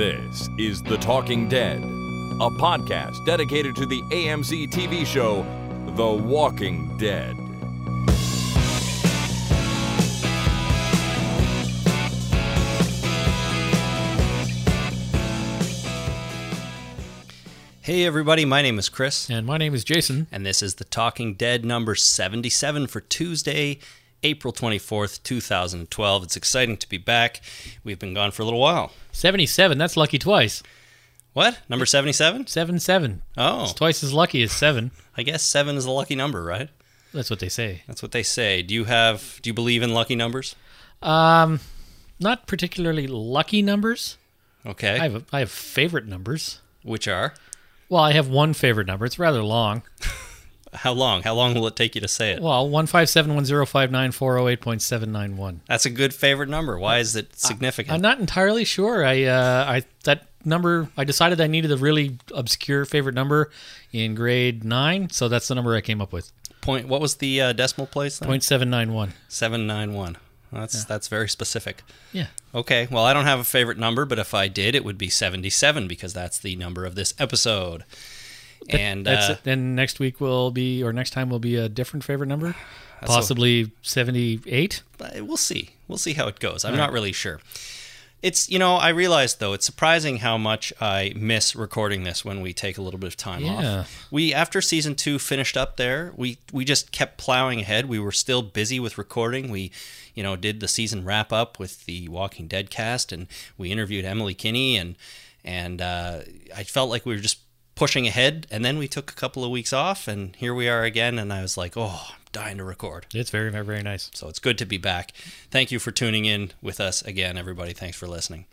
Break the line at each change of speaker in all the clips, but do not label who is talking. is The Talking Dead, a podcast dedicated to the AMC TV show The Walking Dead.
Hey, everybody, my name is Chris,
And my name is Jason.
and this is The Talking Dead number 77 for Tuesday, April 24th, 2012. It's exciting to be back. We've been gone for a little while.
77, that's lucky twice.
What? Number 77?
7 7.
Oh,
It's twice as lucky as 7.
I guess 7 is a lucky number, right?
That's what they say.
That's what they say. Do you have, do you believe in lucky numbers?
Um, not particularly lucky numbers.
Okay.
I have, I have favorite numbers.
Which are?
Well, I have one favorite number. It's rather long.
How long? How long will it take you to say it?
Well, 1571059408408.791.
That's a good favorite number. Why is it significant?
I'm not entirely sure. I, uh, I, that number, I decided I needed a really obscure favorite number in grade nine. So that's the number I came up with
Point. What was the uh, decimal place? Then?
0.791.
791. That's, that's very specific.
Yeah.
Okay, well, I don't have a favorite number, but if I did, it would be 77 because that's the number of this episode. And
That's
uh,
it. Then next week will be, or next time will be a different favorite number,
what-
possibly seventy-eight.
but we'll see. We'll see how it goes. I'm not really sure. It's, you know, I realized though, it's surprising how much I miss recording this when we take a little bit of time
Yeah.
off. We, after season two finished up there, we, we just kept plowing ahead. We were still busy with recording. We, you know, did the season wrap up with the Walking Dead cast and we interviewed Emily Kinney and, and uh, I felt like we were just pushing ahead. And then we took a couple of weeks off and here we are again. And I was like, oh, I'm dying to record.
It's very, very, very nice.
So it's good to be back. Thank you for tuning in with us again, everybody. Thanks for listening.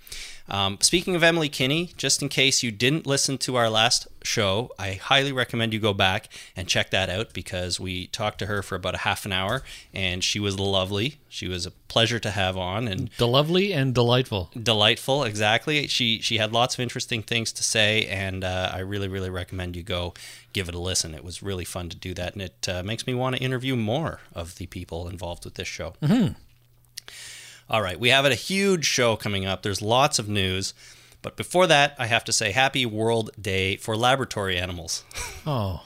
Um, speaking of Emily Kinney, just in case you didn't listen to our last show, I highly recommend you go back and check that out because we talked to her for about a half an hour and she was lovely. She was a pleasure to have on and
The lovely and delightful.
delightful exactly she she had lots of interesting things to say and uh, i really really recommend you go give it a listen it was really fun to do that and it uh, makes me want to interview more of the people involved with this show All right we have a huge show coming up there's lots of news but before that i have to say happy world day for laboratory animals
Oh,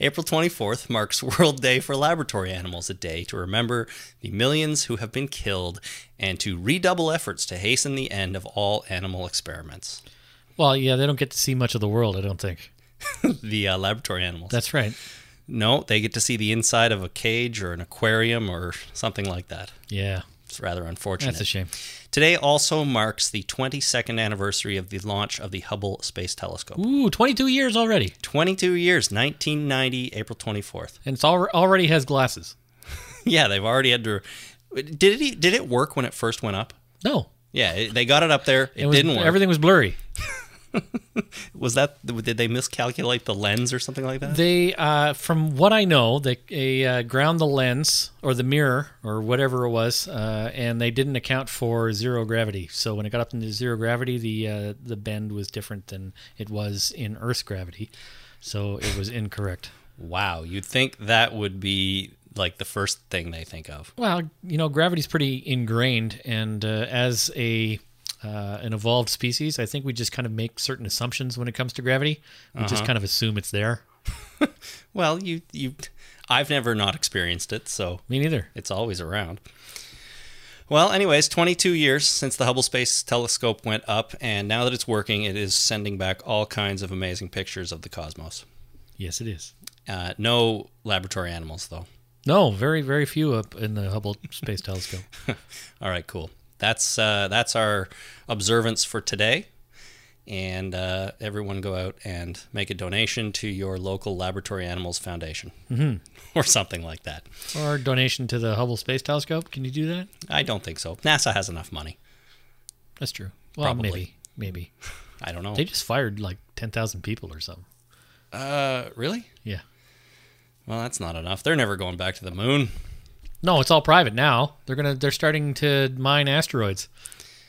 April 24th marks World Day for Laboratory Animals, a day to remember the millions who have been killed and to redouble efforts to hasten the end of all animal experiments.
well, yeah. They don't get to see much of the world. I don't think.
The uh, laboratory animals.
That's right.
no, they get to see the inside of a cage or an aquarium or something like that.
Yeah,
It's rather unfortunate.
that's a shame.
Today also marks the 22nd anniversary of the launch of the Hubble Space Telescope.
Ooh, twenty-two years already,
22 years, 1990, April 24th.
and it's al- already has glasses.
yeah, they've already had to. Did it, did it work when it first went up?
No,
Yeah, it, they got it up there. It,
was,
didn't work.
Everything was blurry.
was that did they miscalculate the lens or something like that?
They, uh, from what I know, they, they uh, ground the lens or the mirror or whatever it was, uh, and they didn't account for zero gravity. So when it got up into zero gravity, the uh, the bend was different than it was in Earth's gravity. So it was incorrect.
wow, you'd think that would be like the first thing they think of.
Well, you know, gravity's pretty ingrained, and uh, as a uh, an evolved species, I think we just kind of make certain assumptions when it comes to gravity. We just kind of assume it's there.
Well, you you, I've never not experienced it, so
Me neither.
it's always around. Well, anyways, 22 years since the Hubble Space Telescope went up, and now that it's working, it is sending back all kinds of amazing pictures of the cosmos.
Yes, it is.
Uh, no laboratory animals, though.
No, very, very few up in the Hubble Space Telescope.
All right, cool. That's uh, that's our observance for today. And uh, everyone go out and make a donation to your local Laboratory Animals Foundation
Mm-hmm.
or something like that.
or a donation to the Hubble Space Telescope. Can you do that?
I don't think so. NASA has enough money.
That's true. Well,
Probably.
maybe. Maybe.
I don't know.
They just fired like 10,000 people or something.
Uh, really?
Yeah.
Well, that's not enough. They're never going back to the moon.
No, it's all private now. They're going to they're starting to mine asteroids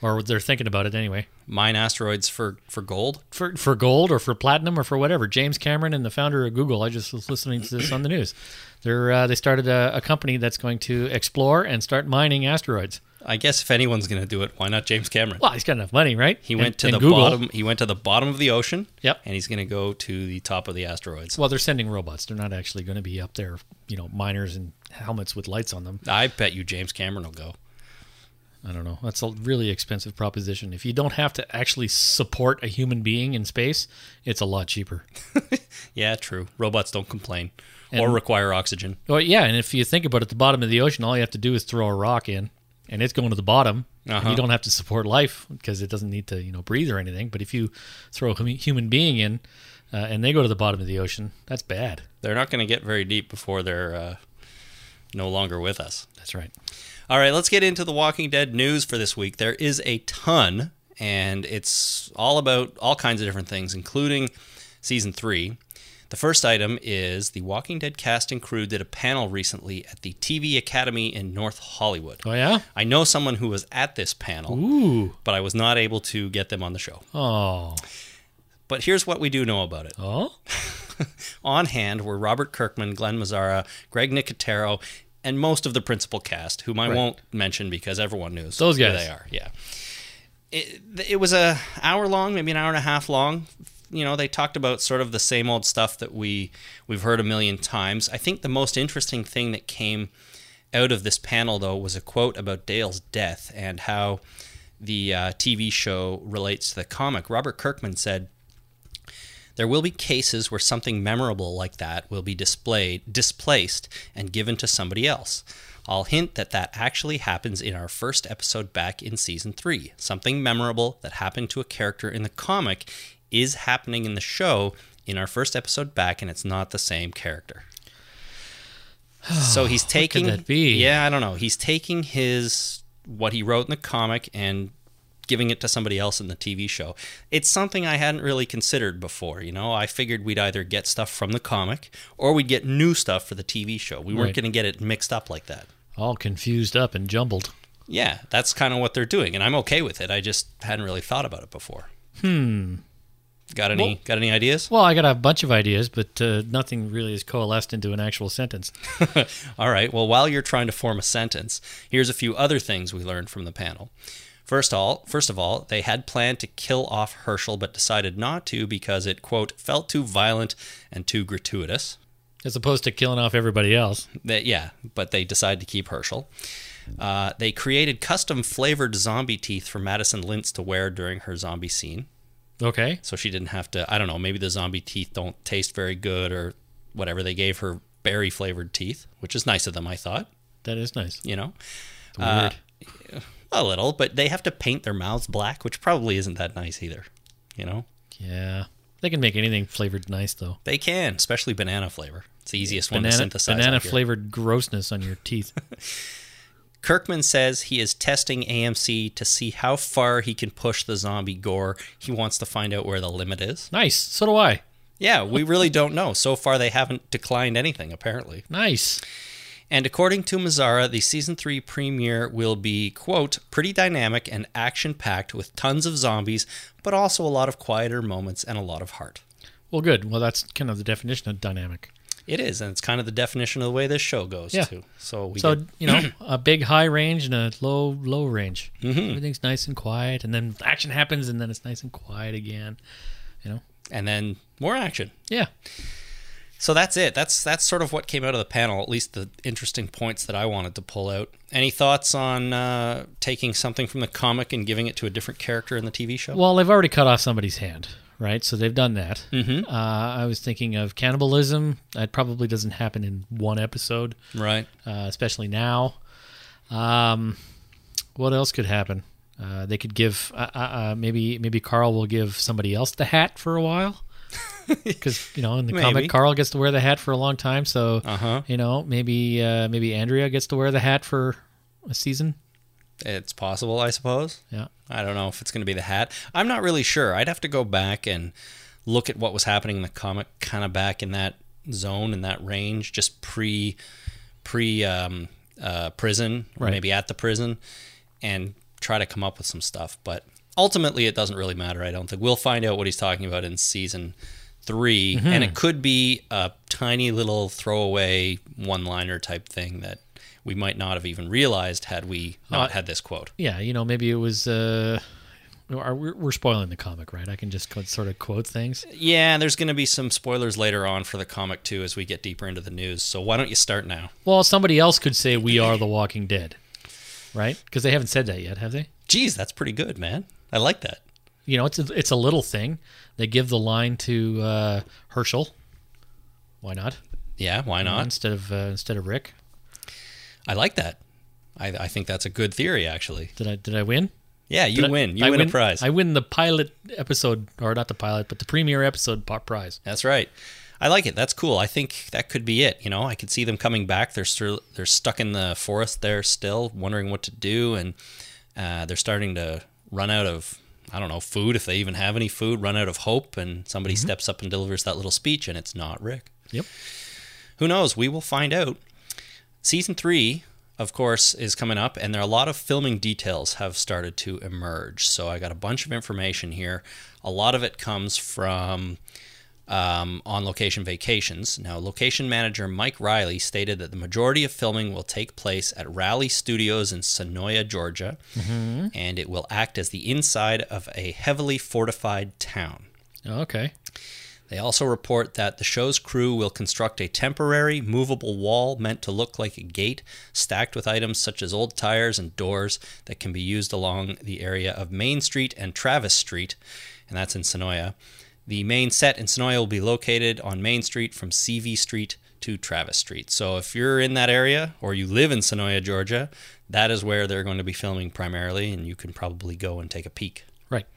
or they're thinking about it anyway.
mine asteroids for for gold.
for for gold or for platinum or for whatever. James Cameron and the founder of Google. I just was listening to this on the news. They're uh, they started a, a company that's going to explore and start mining asteroids.
I guess if anyone's going to do it, why not James Cameron?
Well, he's got enough money, right?
He
And-
went to
and
the
Google.
bottom. He went to the bottom of the ocean.
Yep.
And he's going to go to the top of the asteroids.
Well, they're sending robots. They're not actually going to be up there, you know, miners and helmets with lights on them.
I bet you James Cameron will go.
I don't know. That's a really expensive proposition. If you don't have to actually support a human being in space, it's a lot cheaper.
Yeah, true. Robots don't complain or
And-
require oxygen.
Well, yeah, and if you think about it, the bottom of the ocean, all you have to do is throw a rock in, and it's going to the bottom. And
Uh-huh.
you don't have to support life because it doesn't need to, you know, breathe or anything. But if you throw a hum- human being in, uh, and they go to the bottom of the ocean, that's bad.
They're not going to get very deep before they're uh, no longer with us.
That's right.
All right, let's get into the Walking Dead news for this week. There is a ton, and it's all about all kinds of different things, including season three. The first item is the Walking Dead cast and crew did a panel recently at the TV Academy in North Hollywood.
Oh yeah.
I know someone who was at this panel,
Ooh.
but I was not able to get them on the show.
Oh.
But here's what we do know about it.
Oh.
on hand were Robert Kirkman, Glenn Mazzara, Greg Nicotero, and most of the principal cast, whom I won't mention because everyone knows
Those
who
guys.
they are. Yeah, it, it was a hour long, maybe an hour and a half long. You know, they talked about sort of the same old stuff that we we've heard a million times. I think the most interesting thing that came out of this panel though was a quote about Dale's death and how the uh, TV show relates to the comic. Robert Kirkman said. There will be cases where something memorable like that will be displayed, displaced, and given to somebody else. I'll hint that that actually happens in our first episode back in season three. Something memorable that happened to a character in the comic is happening in the show in our first episode back, and it's not the same character. So he's taking
Oh, that be?
yeah, I don't know. He's taking his what he wrote in the comic and giving it to somebody else in the TV show. It's something I hadn't really considered before, you know. I figured we'd either get stuff from the comic or we'd get new stuff for the TV show. We weren't
Right.
going to get it mixed up like that.
All confused up and jumbled.
Yeah, that's kind of what they're doing and I'm okay with it. I just hadn't really thought about it before. Hmm. Got any got any ideas?
Well, I got a bunch of ideas, but uh, nothing really is coalesced into an actual sentence.
All right. Well, while you're trying to form a sentence, here's a few other things we learned from the panel. First all, first of all, they had planned to kill off Herschel but decided not to because it quote felt too violent and too gratuitous.
As opposed to killing off everybody else.
That yeah, but they decided to keep Herschel. Uh, they created custom flavored zombie teeth for Madison Lintz to wear during her zombie scene,
Okay.
so she didn't have to. I don't know. Maybe the zombie teeth don't taste very good or whatever. They gave her berry flavored teeth, which is nice of them. I thought.
That is nice.
You know.
Weird.
Uh, A little, but they have to paint their mouths black, which probably isn't that nice either. You know?
yeah. They can make anything flavored nice, though.
They can, especially banana flavor. It's the easiest one to
banana,
synthesize.
banana
up here.
flavored grossness on your teeth.
Kirkman says he is testing AMC to see how far he can push the zombie gore. He wants to find out where the limit is.
nice. So do I.
Yeah, we really don't know. So far, they haven't declined anything, apparently.
Nice.
And according to Mazzara, the season three premiere will be, quote, pretty dynamic and action packed with tons of zombies, but also a lot of quieter moments and a lot of heart.
Well, good. Well, that's kind of the definition of dynamic.
It is, and it's kind of the definition of the way this show goes
Yeah.
too. So we
So
get-
you know, a big high range and a low low range.
Mm-hmm.
Everything's nice and quiet, and then action happens, and then it's nice and quiet again. You know.
and then more action.
Yeah.
So that's it. That's that's sort of what came out of the panel, at least the interesting points that I wanted to pull out. Any thoughts on uh, taking something from the comic and giving it to a different character in the TV show?
Well, they've already cut off somebody's hand, right? So they've done that.
Mm-hmm.
Uh, I was thinking of cannibalism. That probably doesn't happen in one episode,
right.
uh, especially now. Um, what else could happen? Uh, they could give uh, uh, uh, maybe maybe Carl will give somebody else the hat for a while because you know in the
Maybe.
comic Carl gets to wear the hat for a long time. So
Uh-huh.
you know maybe uh, maybe Andrea gets to wear the hat for a season.
It's possible, I suppose.
Yeah,
I don't know if it's going to be the hat. I'm not really sure. I'd have to go back and look at what was happening in the comic, kind of back in that zone in that range, just pre pre um, uh, prison, or
Right.
maybe at the prison, and try to come up with some stuff. But ultimately it doesn't really matter. I don't think we'll find out what he's talking about in season 3 and it could be a tiny little throwaway one-liner type thing that we might not have even realized had we not had this quote.
Yeah, you know, maybe it was. Uh, are, we're, we're spoiling the comic, right? I can just co- sort of quote things.
Yeah, and there's going to be some spoilers later on for the comic too as we get deeper into the news. So why don't you start now?
Well, somebody else could say we are the Walking Dead, right? Because they haven't said that yet, have they?
Geez, that's pretty good, man. I like that.
You know, it's a, it's a little thing. They give the line to uh, Herschel. Why not?
Yeah, why not?
Instead of uh, instead of Rick.
I like that. I, I think that's a good theory, actually.
Did I did I win?
Yeah, you
Did I-
win. You
I
win, a prize.
I win the pilot episode, or not the pilot, but the premiere episode po- prize.
That's right. I like it. That's cool. I think that could be it. You know, I could see them coming back. They're still they're stuck in the forest there, still wondering what to do, and uh, they're starting to run out of I don't know food if they even have any food. Run out of hope, and somebody steps up and delivers that little speech, and it's not Rick.
Yep.
Who knows? We will find out. Season three, of course, is coming up, and there are a lot of filming details have started to emerge. So I got a bunch of information here. A lot of it comes from um, on location vacations. Now, location manager Mike Riley stated that the majority of filming will take place at Raleigh Studios in Sonoya, Georgia, and it will act as the inside of a heavily fortified town.
Okay.
They also report that the show's crew will construct a temporary, movable wall meant to look like a gate, stacked with items such as old tires and doors that can be used along the area of Main Street and Travis Street, and that's in Sonoya. The main set in Sonoya will be located on Main Street from CV Street to Travis Street. So if you're in that area or you live in Sonoya, Georgia, that is where they're going to be filming primarily, and you can probably go and take a peek.
Right.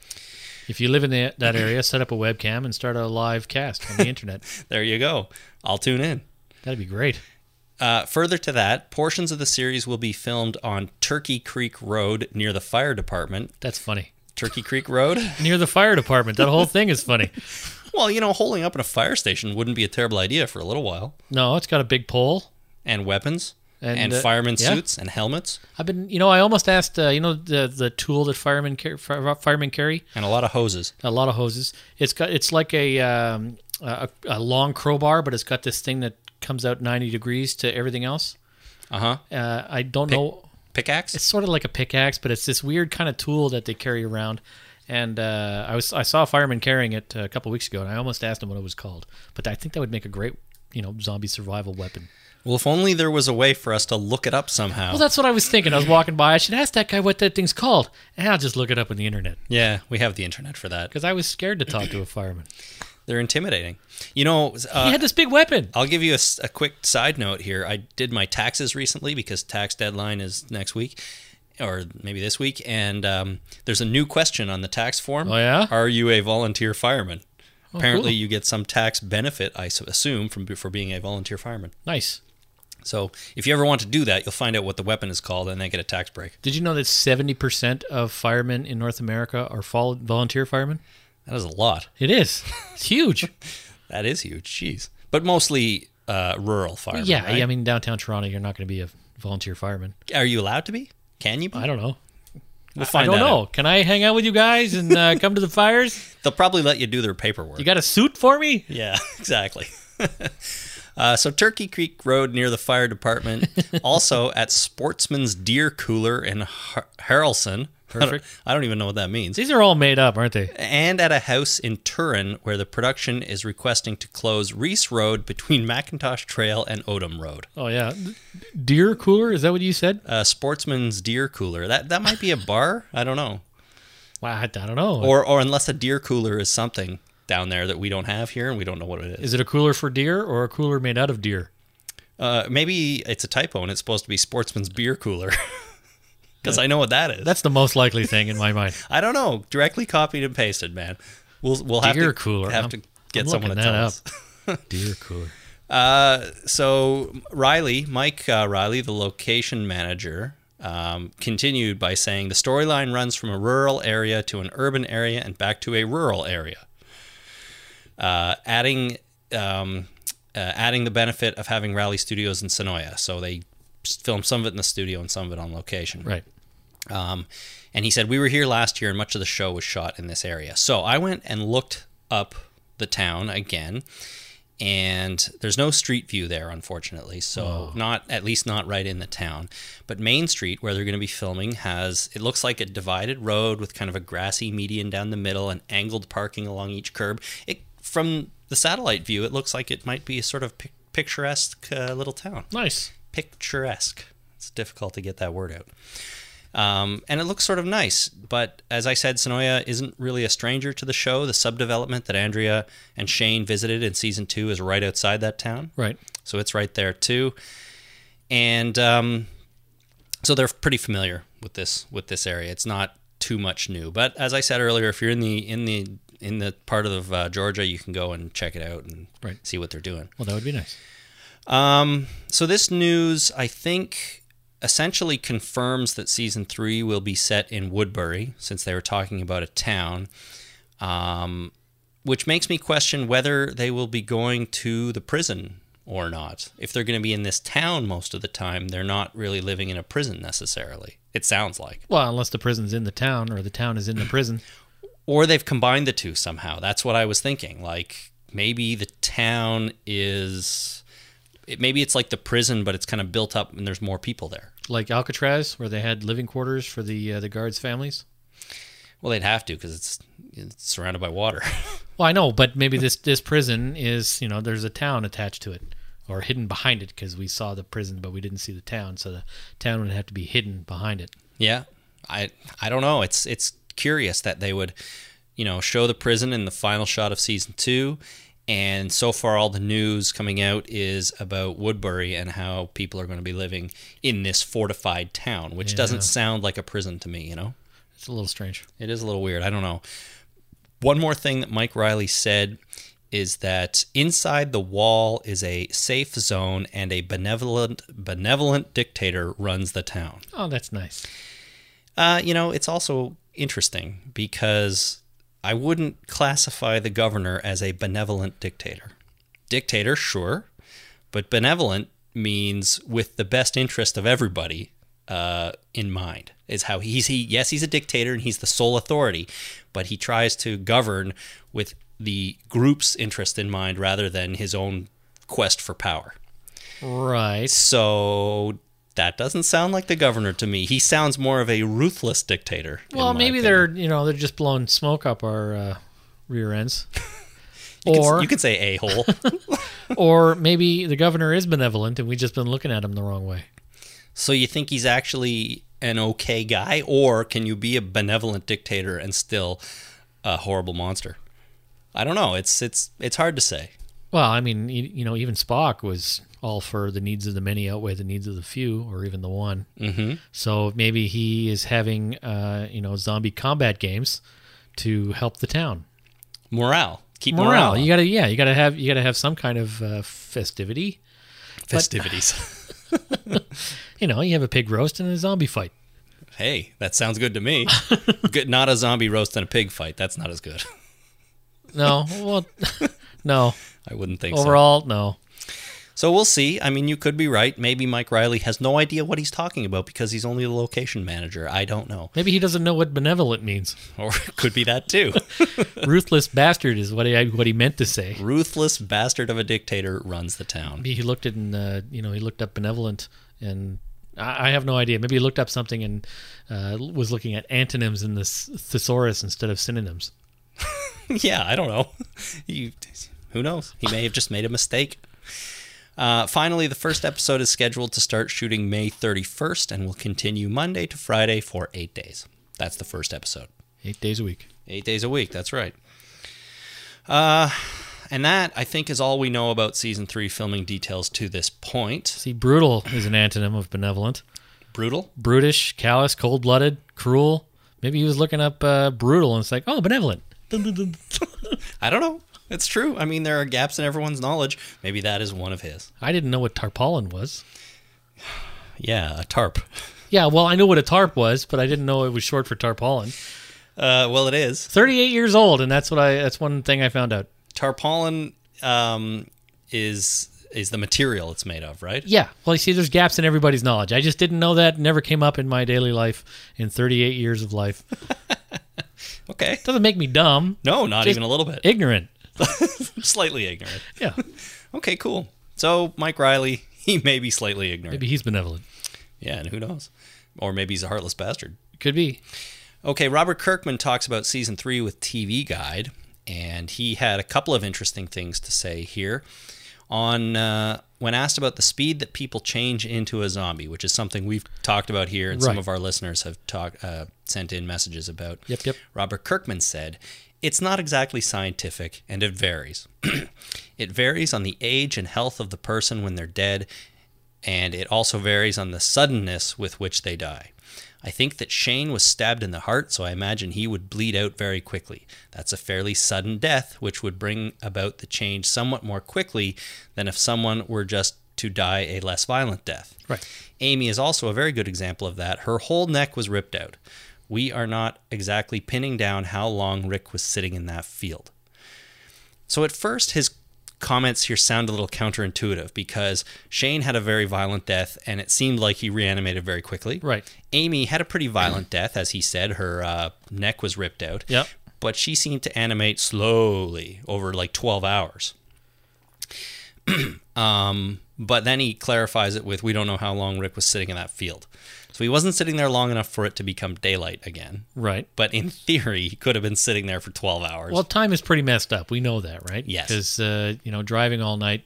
If you live in the, that area, set up a webcam and start a live cast on the internet.
There you go. I'll tune in.
That'd be great.
Uh, further to that, portions of the series will be filmed on Turkey Creek Road near the fire department.
That's funny.
Turkey Creek Road?
Near the fire department. That whole thing is funny.
well, you know, holding up in a fire station wouldn't be a terrible idea for a little while.
No, it's got a big pole.
And weapons,
And,
and,
uh,
fireman
yeah.
suits, and helmets,
I've been, you know, I almost asked, uh, you know, the the tool that firemen car- fire, firemen carry,
and a lot of hoses.
a lot of hoses. It's got, it's like a, um, a a long crowbar, but it's got this thing that comes out ninety degrees to everything else.
Uh huh.
Uh, I don't know.
Pickaxe?
It's sort of like a pickaxe, but it's this weird kind of tool that they carry around. And uh, I was I saw a fireman carrying it a couple weeks ago, and I almost asked him what it was called. But I think that would make a great, you know, zombie survival weapon.
Well, if only there was a way for us to look it up somehow.
Well, that's what I was thinking. I was walking by. I should ask that guy what that thing's called, and I'll just look it up on the internet
yeah, we have the internet for that.
because I was scared to talk to a fireman.
They're intimidating. You know, uh,
he had this big weapon.
I'll give you a, s- a quick side note here. I did my taxes recently because tax deadline is next week, or maybe this week. And um, there's a new question on the tax form.
Oh, yeah? Oh,
Are you a volunteer fireman? Apparently,
cool.
you get some tax benefit, I s- assume, from for being a volunteer fireman.
Nice.
So, if you ever want to do that, you'll find out what the weapon is called, and then get a tax break.
Did you know that seventy percent of firemen in North America are vol- volunteer firemen?
That is a lot.
It is. It's huge.
That is huge. Jeez. But mostly uh, rural firemen.
yeah,
right?
I mean, downtown Toronto, you're not going to be a volunteer fireman.
are you allowed to be? Can you be?
I don't know.
We'll find
I don't
that
know.
out.
Can I hang out with you guys and uh, come to the fires?
They'll probably let you do their paperwork.
You got a suit for me?
Yeah, exactly. uh, so Turkey Creek Road near the fire department, also at Sportsman's Deer Cooler in Har- Harrelson. I don't-
Perfect.
I don't even know what that means.
These are all made up, aren't they?
And at a house in Turin where the production is requesting to close Reese Road between Macintosh Trail and Odom Road.
Oh yeah, deer cooler. Is that what you said?
Uh, Sportsman's Deer Cooler. That that might be a bar. I don't know.
Wow, I I don't know.
Or or unless a deer cooler is something down there that we don't have here and we don't know what it is.
is it a cooler for deer or a cooler made out of deer?
Uh, maybe it's a typo and it's supposed to be Sportsman's beer cooler. Because I know what that is.
That's the most likely thing in my mind.
I don't know. Directly copied and pasted, man. We'll we'll have
Beer
to
cooler.
have
I'm-
to get
I'm
someone to
looking
tell
that
us.
Deer cooler.
Uh, so Riley, Mike uh, Riley, the location manager, um, continued by saying the storyline runs from a rural area to an urban area and back to a rural area. Uh, adding um, uh, adding the benefit of having Raleigh Studios in Sonoya, so they filmed some of it in the studio and some of it on location.
Right.
Um, and he said, We were here last year and much of the show was shot in this area. So I went and looked up the town again. And there's no street view there, unfortunately. So, not at least not right in the town. But Main Street, where they're going to be filming, has it looks like a divided road with kind of a grassy median down the middle and angled parking along each curb. It from the satellite view, it looks like it might be a sort of pic- picturesque uh, little town
Nice.
picturesque. It's difficult to get that word out. Um, and it looks sort of nice, but as I said, Sonoya isn't really a stranger to the show. The subdevelopment that Andrea and Shane visited in season two is right outside that town,
Right.
so it's right there too. And um, so they're pretty familiar with this with this area. It's not too much new, but as I said earlier, if you're in the in the in the part of uh, Georgia, you can go and check it out and
Right.
see what they're doing.
Well, that would be nice.
Um, so this news, I think, essentially confirms that season three will be set in Woodbury, since they were talking about a town. Um, which makes me question whether they will be going to the prison or not. If they're going to be in this town most of the time, they're not really living in a prison necessarily. It sounds like,
Well, unless the prison's in the town or the town is in the prison.
or they've combined the two somehow. That's what I was thinking. Like maybe the town is. It, maybe it's like the prison, but it's kind of built up and there's more people there.
like Alcatraz, where they had living quarters for the uh, the guards' families.
Well, they'd have to because it's, it's surrounded by water.
Well, I know, but maybe this this prison is you know there's a town attached to it or hidden behind it because we saw the prison but we didn't see the town, so the town would have to be hidden behind it.
yeah, I I don't know. It's it's curious that they would, you know, show the prison in the final shot of season two, and so far all the news coming out is about Woodbury and how people are going to be living in this fortified town, which doesn't sound like a prison to me. You know.
It's a little strange.
It is a little weird. I don't know. One more thing that Mike Riley said is that inside the wall is a safe zone and a benevolent benevolent dictator runs the town.
Oh, that's nice.
Uh, you know, it's also interesting because I wouldn't classify the governor as a benevolent dictator. Dictator, sure, but benevolent means with the best interest of everybody uh, in mind. Is how he's he. Yes, he's a dictator and he's the sole authority, but he tries to govern with the group's interest in mind rather than his own quest for power.
Right.
So that doesn't sound like the governor to me. He sounds more of a ruthless dictator. in
Well,
my
maybe
opinion.
they're you know they're just blowing smoke up our uh, rear ends,
You could-
or
you could say a hole.
or maybe the governor is benevolent and we've just been looking at him the wrong way.
so you think he's actually an okay guy, or can you be a benevolent dictator and still a horrible monster? I don't know. It's it's it's hard to say.
Well, I mean, you, you know, even Spock was all for the needs of the many outweigh the needs of the few, or even the one. Mm-hmm. So maybe he is having, uh, you know, zombie combat games to help the town.
Morale, keep
Morale,
morale.
you gotta, yeah, you gotta have, you gotta have some kind of uh, festivity.
festivities.
You know, you have a pig roast and a zombie fight.
hey, that sounds good to me. good, not a zombie roast and a pig fight. That's not as good.
No, well, no.
I wouldn't think so.
Overall, no.
So we'll see. I mean, you could be right. Maybe Mike Riley has no idea what he's talking about because he's only the location manager. I don't know.
Maybe he doesn't know what benevolent means.
Or it could be that too.
Ruthless bastard is what he what he meant to say.
Ruthless bastard of a dictator runs the town.
Maybe he looked at and uh, you know he looked up benevolent and I, I have no idea. Maybe he looked up something and uh, was looking at antonyms in this thesaurus instead of synonyms.
yeah, I don't know. You, who knows? He may have just made a mistake. Uh, finally, the first episode is scheduled to start shooting May 31st and will continue Monday to Friday for eight days. That's the first episode.
Eight days a week.
Eight days a week. That's right. Uh, and that I think is all we know about season three filming details to this point.
See, brutal is an antonym of benevolent.
Brutal.
Brutish, callous, cold-blooded, cruel. Maybe he was looking up uh, brutal and it's like, oh, benevolent. Dun, dun, dun.
I don't know. It's true. I mean, there are gaps in everyone's knowledge. Maybe that is one of his.
I didn't know what tarpaulin was.
Yeah, a tarp.
Yeah, well, I knew what a tarp was, but I didn't know it was short for tarpaulin.
Uh, well, it is.
Thirty-eight years old, and that's what I—that's one thing I found out.
Tarpaulin um, is is the material it's made of, right?
Yeah. Well, you see, there's gaps in everybody's knowledge. I just didn't know that. Never came up in my daily life in 38 years of life.
Okay.
Doesn't make me dumb,
No, not
Just-
even a little bit.
ignorant.
slightly ignorant.
Yeah.
Okay, cool. So Mike Riley, he may be slightly ignorant.
Maybe he's benevolent.
Yeah, and who knows? Or maybe he's a heartless bastard.
Could be.
Okay, Robert Kirkman talks about season three with TV Guide, and he had a couple of interesting things to say here. On uh, when asked about the speed that people change into a zombie, which is something we've talked about here, and some
Right.
of our listeners have talked uh, sent in messages about.
Yep, yep.
Robert Kirkman said, "It's not exactly scientific, and it varies. it varies on the age and health of the person when they're dead, and it also varies on the suddenness with which they die. I think that Shane was stabbed in the heart, so I imagine he would bleed out very quickly. That's a fairly sudden death, which would bring about the change somewhat more quickly than if someone were just to die a less violent death.
Right.
Amy is also a very good example of that. Her whole neck was ripped out. We are not exactly pinning down how long Rick was sitting in that field. So at first, his comments here sound a little counterintuitive because Shane had a very violent death and it seemed like he reanimated very quickly.
Right.
Amy had a pretty violent death, as he said. Her uh, neck was ripped out.
Yep.
But she seemed to animate slowly over like 12 hours. um, but then he clarifies it with we don't know how long Rick was sitting in that field. So he wasn't sitting there long enough for it to become daylight again.
Right.
But in theory, he could have been sitting there for 12 hours.
Well, time is pretty messed up. We know that, right?
Yes.
Because uh, you know, driving all night,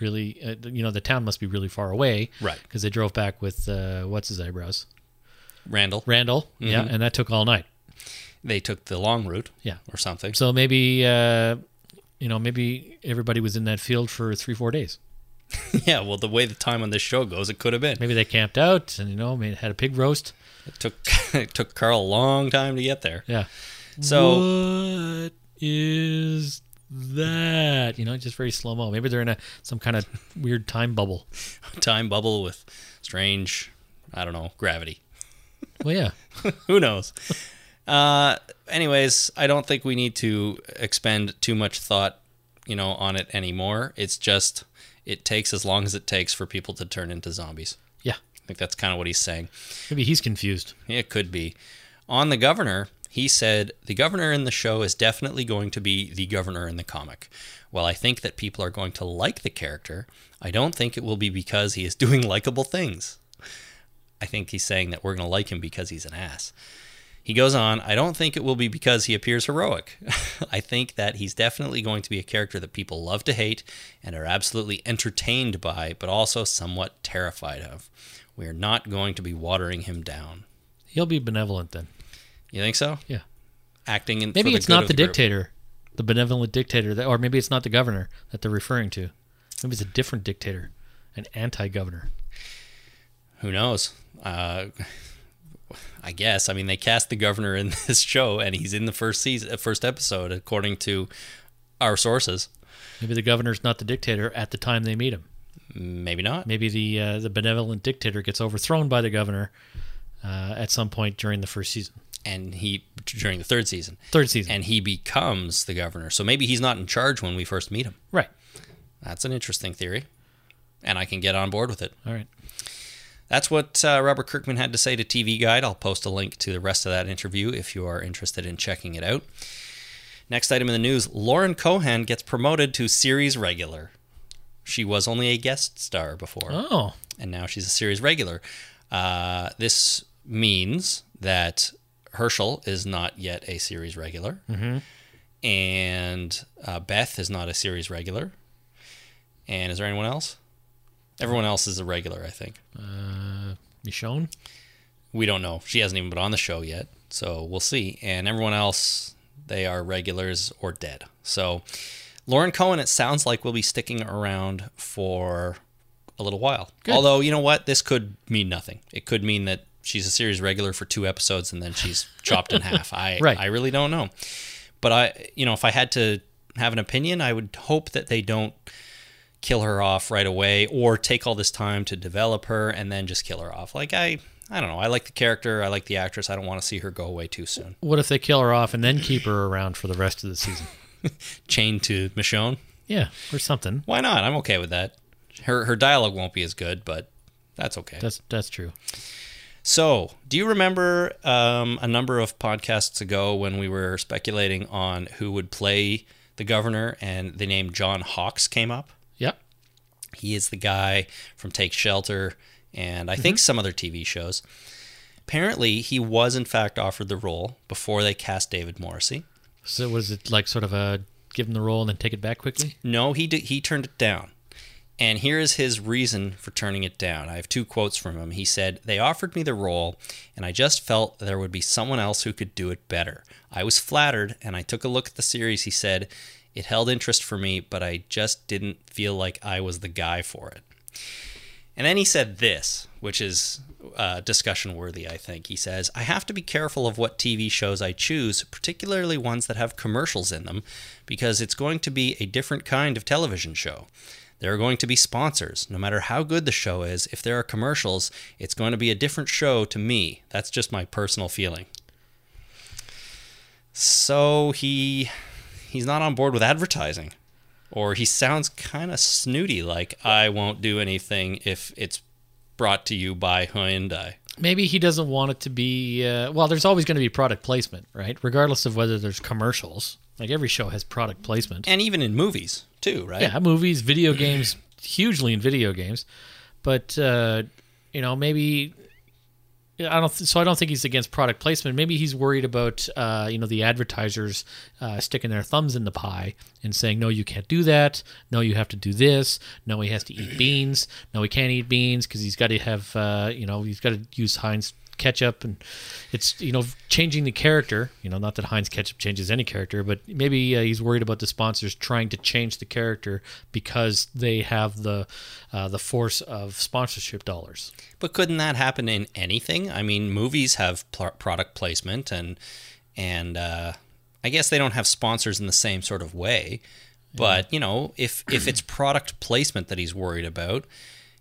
really, uh, you know, the town must be really far away,
Right.
Because they drove back with uh, what's his eyebrows,
Randall,
Randall,
Mm-hmm.
yeah, and that took all night.
they took the long route
Yeah.
or something.
So maybe, uh, you know, maybe everybody was in that field for three, four days.
yeah, well, the way the time on this show goes, it could have been.
Maybe they camped out and you know, maybe had a pig roast.
It took it took Carl a long time to get there.
Yeah.
So
what is that? You know, just very slow mo. Maybe they're in a some kind of weird time bubble.
time bubble with strange, I don't know, gravity.
Well, yeah.
Who knows? Uh, anyways, I don't think we need to expend too much thought, you know, on it anymore. It's just it takes as long as it takes for people to turn into zombies.
Yeah.
I think that's kind of what he's saying.
Maybe he's confused.
It could be. On the governor, he said, The governor in the show is definitely going to be the governor in the comic. While I think that people are going to like the character, I don't think it will be because he is doing likable things. I think he's saying that we're going to like him because he's an ass. He goes on, I don't think it will be because he appears heroic. I think that he's definitely going to be a character that people love to hate and are absolutely entertained by, but also somewhat terrified of. We are not going to be watering him down.
He'll be benevolent then.
You think so?
Yeah.
Acting in
Maybe
for the
it's
good
not
of
the
group.
dictator, the benevolent dictator, that, or maybe it's not the governor that they're referring to. Maybe it's a different dictator, an anti-governor.
Who knows? Uh, I guess. I mean, they cast the governor in this show, and he's in the first season, uh, first episode, according to our sources.
Maybe the governor's not the dictator at the time they meet him.
Maybe not.
Maybe the uh, the benevolent dictator gets overthrown by the governor uh, at some point during the first season,
And he during the third season,
third season.
and he becomes the governor. So maybe he's not in charge when we first meet him.
right.
That's an interesting theory, and I can get on board with it.
All right.
That's what uh, Robert Kirkman had to say to TV Guide. I'll post a link to the rest of that interview if you are interested in checking it out. Next item in the news Lauren Cohan gets promoted to series regular. She was only a guest star before,
Oh,
and now she's a series regular. Uh, this means that Herschel is not yet a series regular, and uh, Beth is not a series regular. And is there anyone else? Everyone else is a regular, I think.
Michonne.
We don't know. She hasn't even been on the show yet, so we'll see. And everyone else, they are regulars or dead. So Lauren Cohen, it sounds like, will be sticking around for a little while. Although, you know what? This could mean nothing. It could mean that she's a series regular for two episodes and then she's chopped in half. I
Right.
I really don't know. But I you know, if I had to have an opinion, I would hope that they don't kill her off right away or take all this time to develop her and then just kill her off. Like I I don't know. I like the character, I like the actress. I don't want to see her go away too soon.
What if they kill her off and then keep her around for the rest of the season?
Chained to Michonne.
Yeah, or something.
Why not? I'm okay with that. Her her dialogue won't be as good, but that's okay.
That's that's true.
So, do you remember um, a number of podcasts ago when we were speculating on who would play the governor and the name John Hawks came up?
Yep.
He is the guy from Take Shelter and I think some other TV shows. Apparently, he was in fact offered the role before they cast David Morrissey.
So was it like sort of a give him the role and then take it back quickly?
No, he did, he turned it down. And here is his reason for turning it down. I have two quotes from him. He said, "They offered me the role, and I just felt there would be someone else who could do it better. I was flattered, and I took a look at the series." He said, "It held interest for me, but I just didn't feel like I was the guy for it." And then he said this, which is uh, discussion worthy, I think. He says, I have to be careful of what TV shows I choose, particularly ones that have commercials in them, because it's going to be a different kind of television show. There are going to be sponsors. No matter how good the show is, if there are commercials, it's going to be a different show to me. That's just my personal feeling. So he he's not on board with advertising or he sounds kind of snooty like i won't do anything if it's brought to you by hyundai
Maybe he doesn't want it to be. Uh, well, there's always going to be product placement, right? Regardless of whether there's commercials. Like every show has product placement.
and even in movies too right
yeah, movies, video games, hugely in video games. But uh, you know, maybe yeah, I don't. Th- so I don't think he's against product placement. Maybe he's worried about uh, you know the advertisers uh, sticking their thumbs in the pie and saying, "No, you can't do that. No, you have to do this. No, he has to eat beans. No, he can't eat beans because he's got to have uh, you know he's got to use Heinz." ketchup and it's you know changing the character you know not that heinz ketchup changes any character but maybe uh, he's worried about the sponsors trying to change the character because they have the uh, the force of sponsorship dollars
but couldn't that happen in anything i mean movies have pl- product placement and and uh, i guess they don't have sponsors in the same sort of way but you know if if it's product placement that he's worried about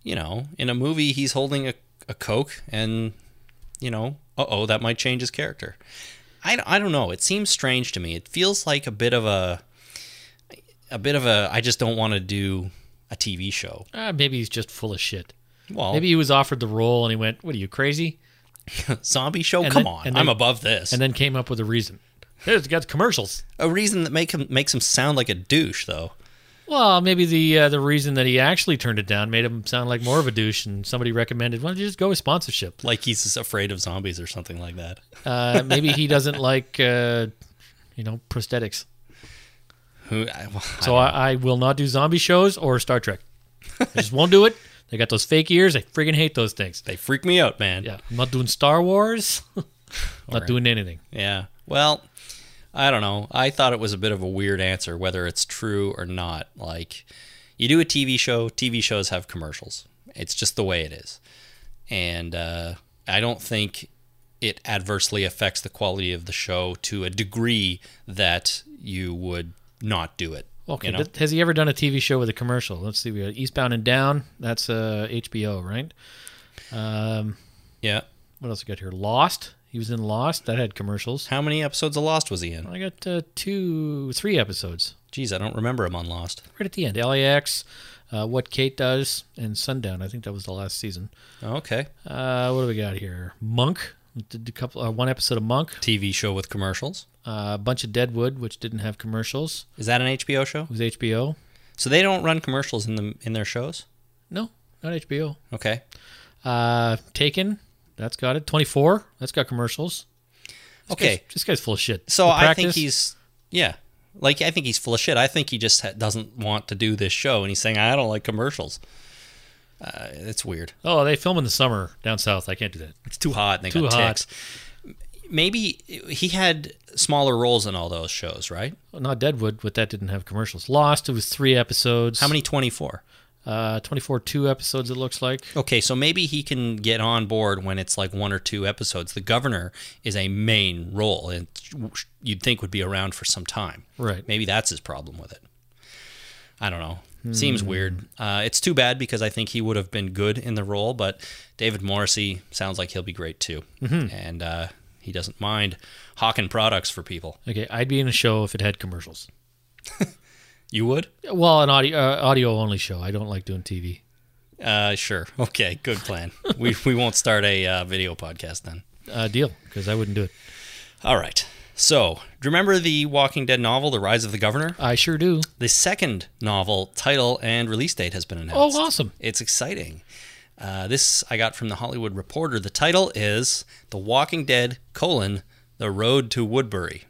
you know in a movie he's holding a, a coke and you know, uh oh, that might change his character. I, I don't know. It seems strange to me. It feels like a bit of a, a bit of a, I just don't want to do a TV show.
uh, maybe he's just full of shit
Well,
maybe
maybe
he was offered the role and he went what are you crazy
zombie show?
And
Come
then-
on.
and
I'm
then-
above this.
and then came up with a reason it's got commercials
a reason that make him, makes him sound like a douche, though.
well maybe the uh, the reason that he actually turned it down made him sound like more of a douche and somebody recommended why don't you just go with sponsorship
Like he's just afraid of zombies or something like that.
Uh, maybe he doesn't like, uh, you know, prosthetics.
Who? I, well, I-
So I, I will not do zombie shows or Star Trek. I just won't do it. They got those fake ears. I friggin' hate those things.
they freak me out, man.
Yeah, I'm not doing Star Wars. not doing anything.
Yeah. Well, I don't know. I thought it was a bit of a weird answer, whether it's true or not. Like, you do a TV show, TV shows have commercials. It's just the way it is. And uh, I don't think it adversely affects the quality of the show to a degree that you would not do it.
Okay,
You know?
th- has he ever done a TV show with a commercial? Let's see. We got Eastbound and Down. That's uh, HBO, right? Um,
yeah.
what else we got here? Lost. He was in Lost. That had commercials.
How many episodes of Lost was he in?
I got uh, two, three episodes.
Geez, I don't remember him on Lost.
right at the end. LAX, uh, What Kate Does, and Sundown. I think that was the last season.
Oh, Okay.
Uh, what do we got here? Monk. Did a couple, uh, one episode of Monk.
TV show with commercials.
Uh, a bunch of Deadwood, which didn't have commercials.
Is that an HBO show?
It was HBO.
So they don't run commercials in the in their shows.
No, not HBO.
Okay.
Uh, Taken. That's got it. Twenty four. That's got commercials. This
Okay.
guy's- this guy's full of shit.
So
The
I think
Practice,
he's yeah. Like I think he's full of shit. I think he just ha- doesn't want to do this show, and he's saying I don't like commercials. Uh, it's weird.
Oh, they film in the summer down south. I can't do that.
It's too hot. And they
Too
got
hot.
ticks. Maybe he had smaller roles in all those shows, right?
Well, not Deadwood, but that didn't have commercials. Lost. It was three episodes.
How many? Twenty four.
Uh, twenty four. Two episodes. It looks like.
Okay, so maybe he can get on board when it's like one or two episodes. The governor is a main role, and you'd think would be around for some time.
Right.
Maybe that's his problem with it. I don't know. Seems weird. Uh, it's too bad because I think he would have been good in the role, but David Morrissey sounds like he'll be great too, and uh, he doesn't mind hawking products for people.
Okay, I'd be in a show if it had commercials.
You would?
Well, an audio uh, audio only show. I don't like doing TV.
Uh, sure. Okay. Good plan. we we won't start a uh, video podcast then.
Uh, deal, because I wouldn't do it.
All right. So, do you remember the Walking Dead novel, The Rise of the Governor?
I sure do.
The second novel title and release date has been announced.
Oh, awesome!
It's exciting. Uh, this I got from the Hollywood Reporter. The title is The Walking Dead: colon, The Road to Woodbury.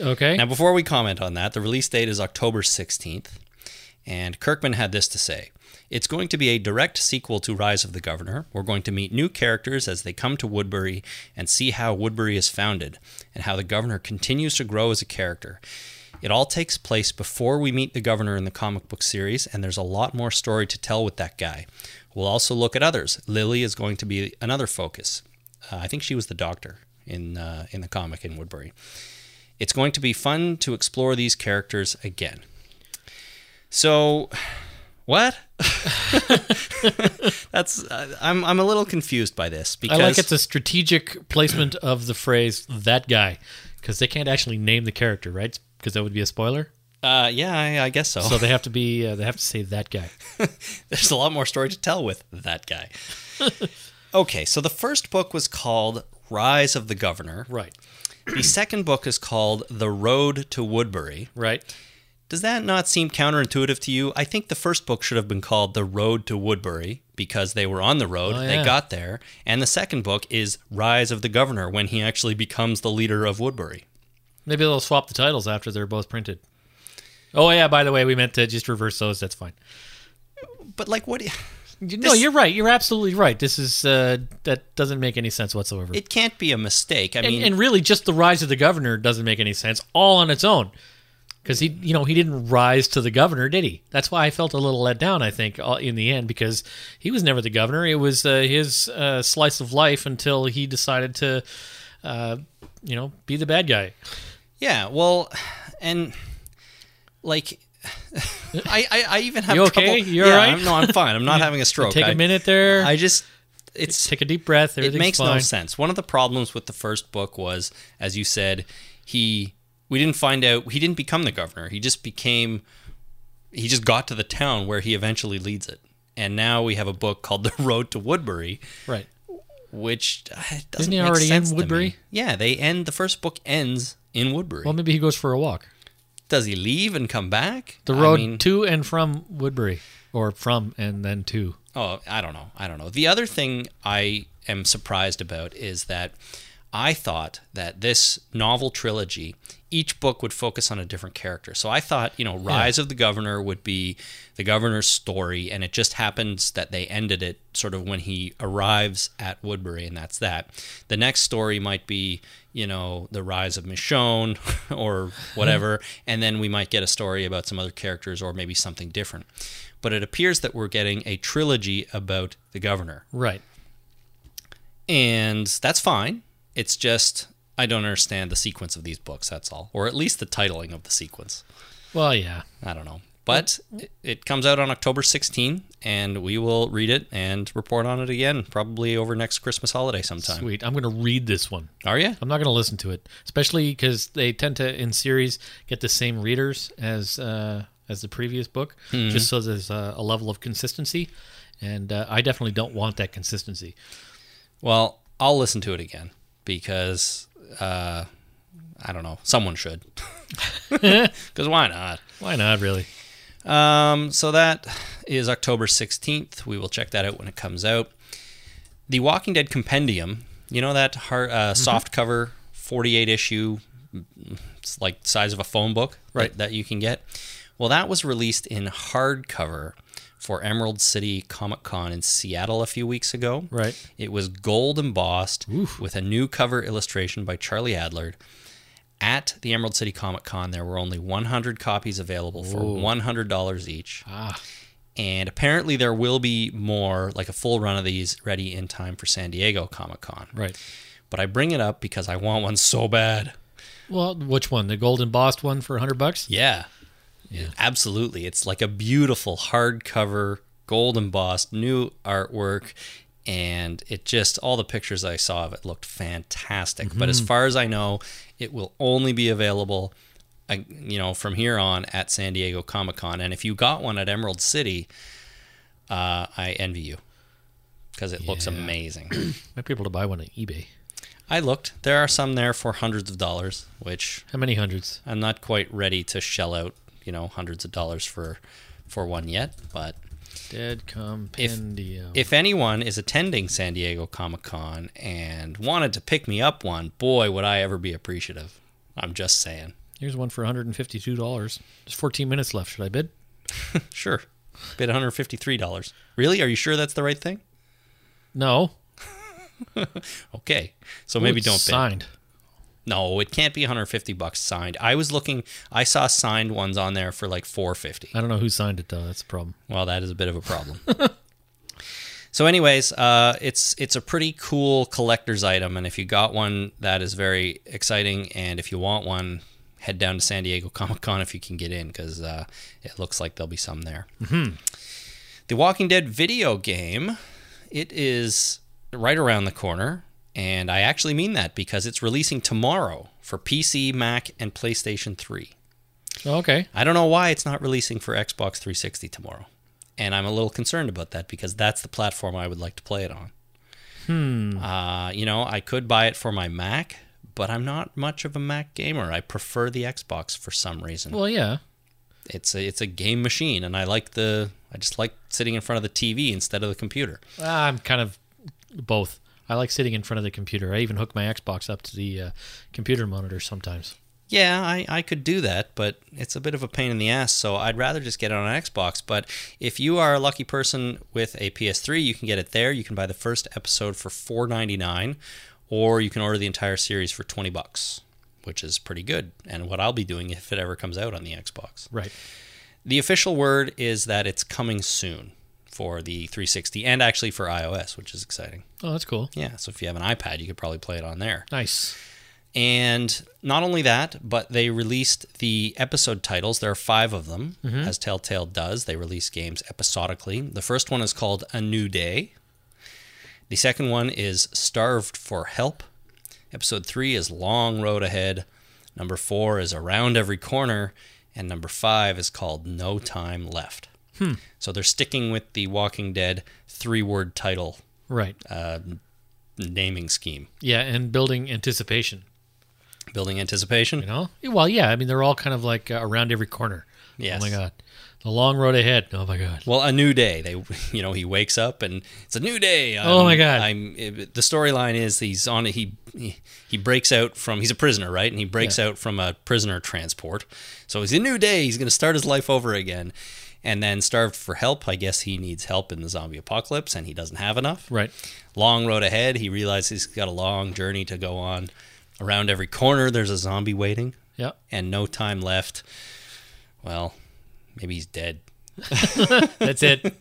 Okay.
Now, before we comment on that, the release date is October 16th, and Kirkman had this to say It's going to be a direct sequel to Rise of the Governor. We're going to meet new characters as they come to Woodbury and see how Woodbury is founded and how the governor continues to grow as a character. It all takes place before we meet the governor in the comic book series, and there's a lot more story to tell with that guy. We'll also look at others. Lily is going to be another focus. Uh, I think she was the doctor in uh, in the comic in Woodbury. It's going to be fun to explore these characters again. So, what? That's uh, I'm I'm a little confused by this
I
because
like it's a strategic placement of the phrase "that guy," because they can't actually name the character, right? Because that would be a spoiler.
uh, yeah I, I guess
So they have to be uh, they have to say that guy.
there's a lot more story to tell with that guy. okay, so the first book was called Rise of the Governor.
Right.
The second book is called The Road to Woodbury.
Right.
Does that not seem counterintuitive to you? I think the first book should have been called The Road to Woodbury because they were on the road,
Oh,
they
yeah.
got there. And the second book is Rise of the Governor when he actually becomes the leader of Woodbury.
Maybe they'll swap the titles after they're both printed. Oh yeah. By the way, we meant to just reverse those. That's fine.
But like what
no, you're right. You're absolutely right. This is uh, that doesn't make any sense whatsoever.
it can't be a mistake. I
and,
mean,
and really, just the rise of the governor doesn't make any sense all on its own, because he, you know, he didn't rise to the governor, did he? That's why I felt a little let down. I think uh, in the end, because he was never the governor. It was uh, his uh, slice of life until he decided to, uh, you know, be the bad guy.
Yeah, well, and like, I, I, I even have
You okay?
trouble.
You all
yeah,
right?
I'm, no, I'm fine. I'm not having a stroke.
Take
a
a minute there.
I just, it's
take a deep breath.
it
Everything's
makes
fine.
no sense. One of the problems with the first book was, as you said, he we didn't find out he didn't become the governor. He just became he just got to the town where he eventually leads it. And now we have a book called The Road to Woodbury,
Right.
which uh, doesn't
he
make
already in
sense to me.
Woodbury?
Yeah, they end the first book ends in Woodbury.
Well, maybe he goes for a walk.
Does he leave and come back?
The
I
road
mean-
to and from Woodbury, or from and then to.
Oh, I don't know. I don't know. The other thing I am surprised about is that I thought that this novel trilogy, each book would focus on a different character. So I thought, you know, Rise of the Governor would be the governor's story, and it just happens that they ended it sort of when he arrives at Woodbury, and that's that. The next story might be, you know, the rise of Michonne or whatever, and then we might get a story about some other characters or maybe something different. But it appears that we're getting a trilogy about the governor,
Right.
and that's fine. It's just I don't understand the sequence of these books. That's all, or at least the titling of the sequence.
Well, yeah.
I don't know. But it- it comes out on October 16, and we will read it and report on it again, probably over next Christmas holiday sometime.
Sweet. I'm going to read this one.
Are you?
I'm not going to listen to it, especially because they tend to in series get the same readers as uh, as the previous book, just so there's a, a level of consistency. And uh, I definitely don't want that consistency.
Well, I'll listen to it again because uh, I don't know. Someone should. Because why not?
Why not, really?
Um, so that is October 16th. We will check that out when it comes out. The Walking Dead Compendium, you know that hard, uh,
Mm-hmm.
soft cover, 48 issue, mm, it's like the size of a phone book
Right.
that, that you can get? Well, that was released in hardcover for Emerald City Comic Con in Seattle a few weeks ago.
Right.
It was gold embossed with a new cover illustration by Charlie Adler. At the Emerald City Comic Con, there were only 100 copies available for $100 each.
Ah,
And apparently, there will be more, like a full run of these, ready in time for San Diego Comic Con.
right.
But I bring it up because I want one so bad.
Well, which one? The gold embossed one for 100 bucks?
Yeah. Yeah. Absolutely. It's like a beautiful hardcover, gold embossed, new artwork. And it just, all the pictures I saw of it looked fantastic. But as far as I know, it will only be available uh, you know, from here on at San Diego Comic Con. And if you got one at Emerald City, uh, I envy you because it looks
Yeah.
amazing.
Might be able to buy one on eBay.
I looked. There are some there for hundreds of dollars, which
How many hundreds?
I'm not quite ready to shell out, you know, hundreds of dollars for for one yet, but
Dead compendium.
if anyone is attending San Diego Comic Con and wanted to pick me up one, boy, would I ever be appreciative. I'm just saying.
Here's one for $152. There's 14 minutes left. Should I bid?
Sure. Bid $153. Really? Are you sure that's the right thing?
No.
Okay. So maybe
Ooh,
don't bid.
Signed.
No, it can't be 150 bucks signed. I was looking I saw signed ones on there for like 450.
I don't know who signed it, though. That's the problem.
Well, that is a bit of a problem. so, anyways, uh, it's it's a pretty cool collector's item, and if you got one, that is very exciting. And if you want one, head down to San Diego Comic Con if you can get in, because uh, it looks like there'll be some there. The Walking Dead video game, it is right around the corner, and I actually mean that because it's releasing tomorrow for PC, Mac, and PlayStation Three.
Oh, Okay.
I don't know why it's not releasing for Xbox 360 tomorrow. And I'm a little concerned about that because that's the platform I would like to play it on. Hmm. Uh, you know, I could buy it for my Mac, but I'm not much of a Mac gamer. I prefer the Xbox for some reason.
Well, yeah.
it's a it's a game machine, and I like the I just like sitting in front of the TV instead of the computer.
Ah, I'm kind of both. I like sitting in front of the computer. I even hook my Xbox up to the uh, computer monitor sometimes.
Yeah, I, I could do that, but it's a bit of a pain in the ass, so I'd rather just get it on an Xbox. But if you are a lucky person with a PS3, you can get it there. You can buy the first episode for four ninety nine, or you can order the entire series for twenty bucks, which is pretty good. And what I'll be doing if it ever comes out on the Xbox.
Right.
The official word is that it's coming soon for the 360 and actually for iOS, which is exciting.
Oh, that's cool.
Yeah, so if you have an iPad, you could probably play it on there.
Nice.
And not only that, but they released the episode titles. There are five of them, as Telltale does. They release games episodically. The first one is called A New Day. The second one is Starved for Help. Episode three is Long Road Ahead. Number four is Around Every Corner. And number five is called No Time Left. So they're sticking with the Walking Dead three word title
Right.
naming scheme,
yeah, and building anticipation.
building anticipation.
You know? Well, yeah. I mean, they're all kind of like uh, around every corner.
Yes.
Oh my god. The long road ahead. Oh my god.
Well, a new day. They, you know, he wakes up and it's a new day.
Oh,
I'm-
my God.
I'm. The storyline is he's on. He he he breaks out from. He's a prisoner, right? And he breaks out from a prisoner transport. So it's a new day. He's going to start his life over again. And then starved for help. I guess he needs help in the zombie apocalypse, and he doesn't have enough.
Right.
Long road ahead. He realizes he's got a long journey to go on. Around every corner, there's a zombie waiting,
Yeah.
and no time left. Well, maybe he's dead.
That's it.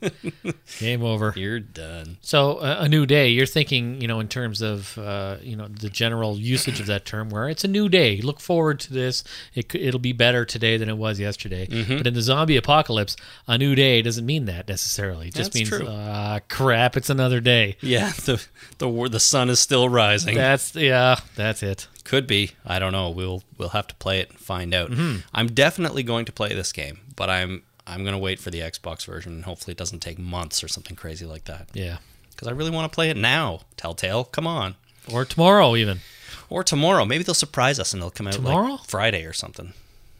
Game over.
You're done.
So uh, a new day. You're thinking, you know, in terms of, uh, you know, the general usage of that term, where it's a new day. Look forward to this. It c- it'll be better today than it was yesterday.
Mm-hmm.
But in the zombie apocalypse, a new day doesn't mean that necessarily. It just
That's
means,
true.
ah, crap, it's another day.
Yeah, the the wor- the sun is still rising.
That's yeah, that's it.
Could be. I don't know. We'll we'll have to play it and find out.
Mm-hmm.
I'm definitely going to play this game, but I'm I'm going to wait for the Xbox version and hopefully it doesn't take months or something crazy like that
Yeah.
cuz I really want to play it now. Telltale, come on.
Or tomorrow even.
Or tomorrow. Maybe they'll surprise us and they'll come out
Tomorrow?
like Friday or something.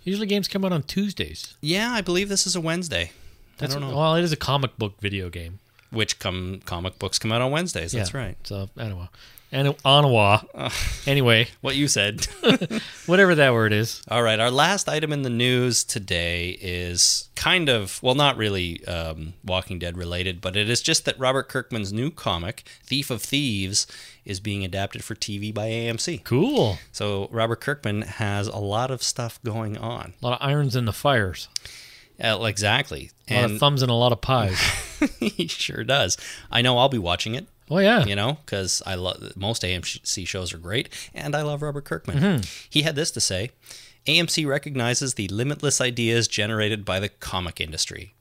Usually games come out on Tuesdays.
Yeah, I believe this is a Wednesday.
That's
I don't know.
Well, it is a comic book video game.
Which come comic books come out on Wednesdays. That's
Yeah.
right.
So I don't know. And Ottawa. anyway,
What you said.
whatever that word is.
All right, our last item in the news today is kind of, well, not really um, Walking Dead related, but it is just that Robert Kirkman's new comic, Thief of Thieves, is being adapted for TV by AMC.
Cool.
So Robert Kirkman has a lot of stuff going on.
A lot of irons in the fires.
Uh, exactly.
A lot
And
of thumbs and a lot of pies.
he sure does. I know I'll be watching it.
Oh yeah.
you know, because I love most AMC shows are great, and I love Robert Kirkman. He had this to say: AMC recognizes the limitless ideas generated by the comic industry.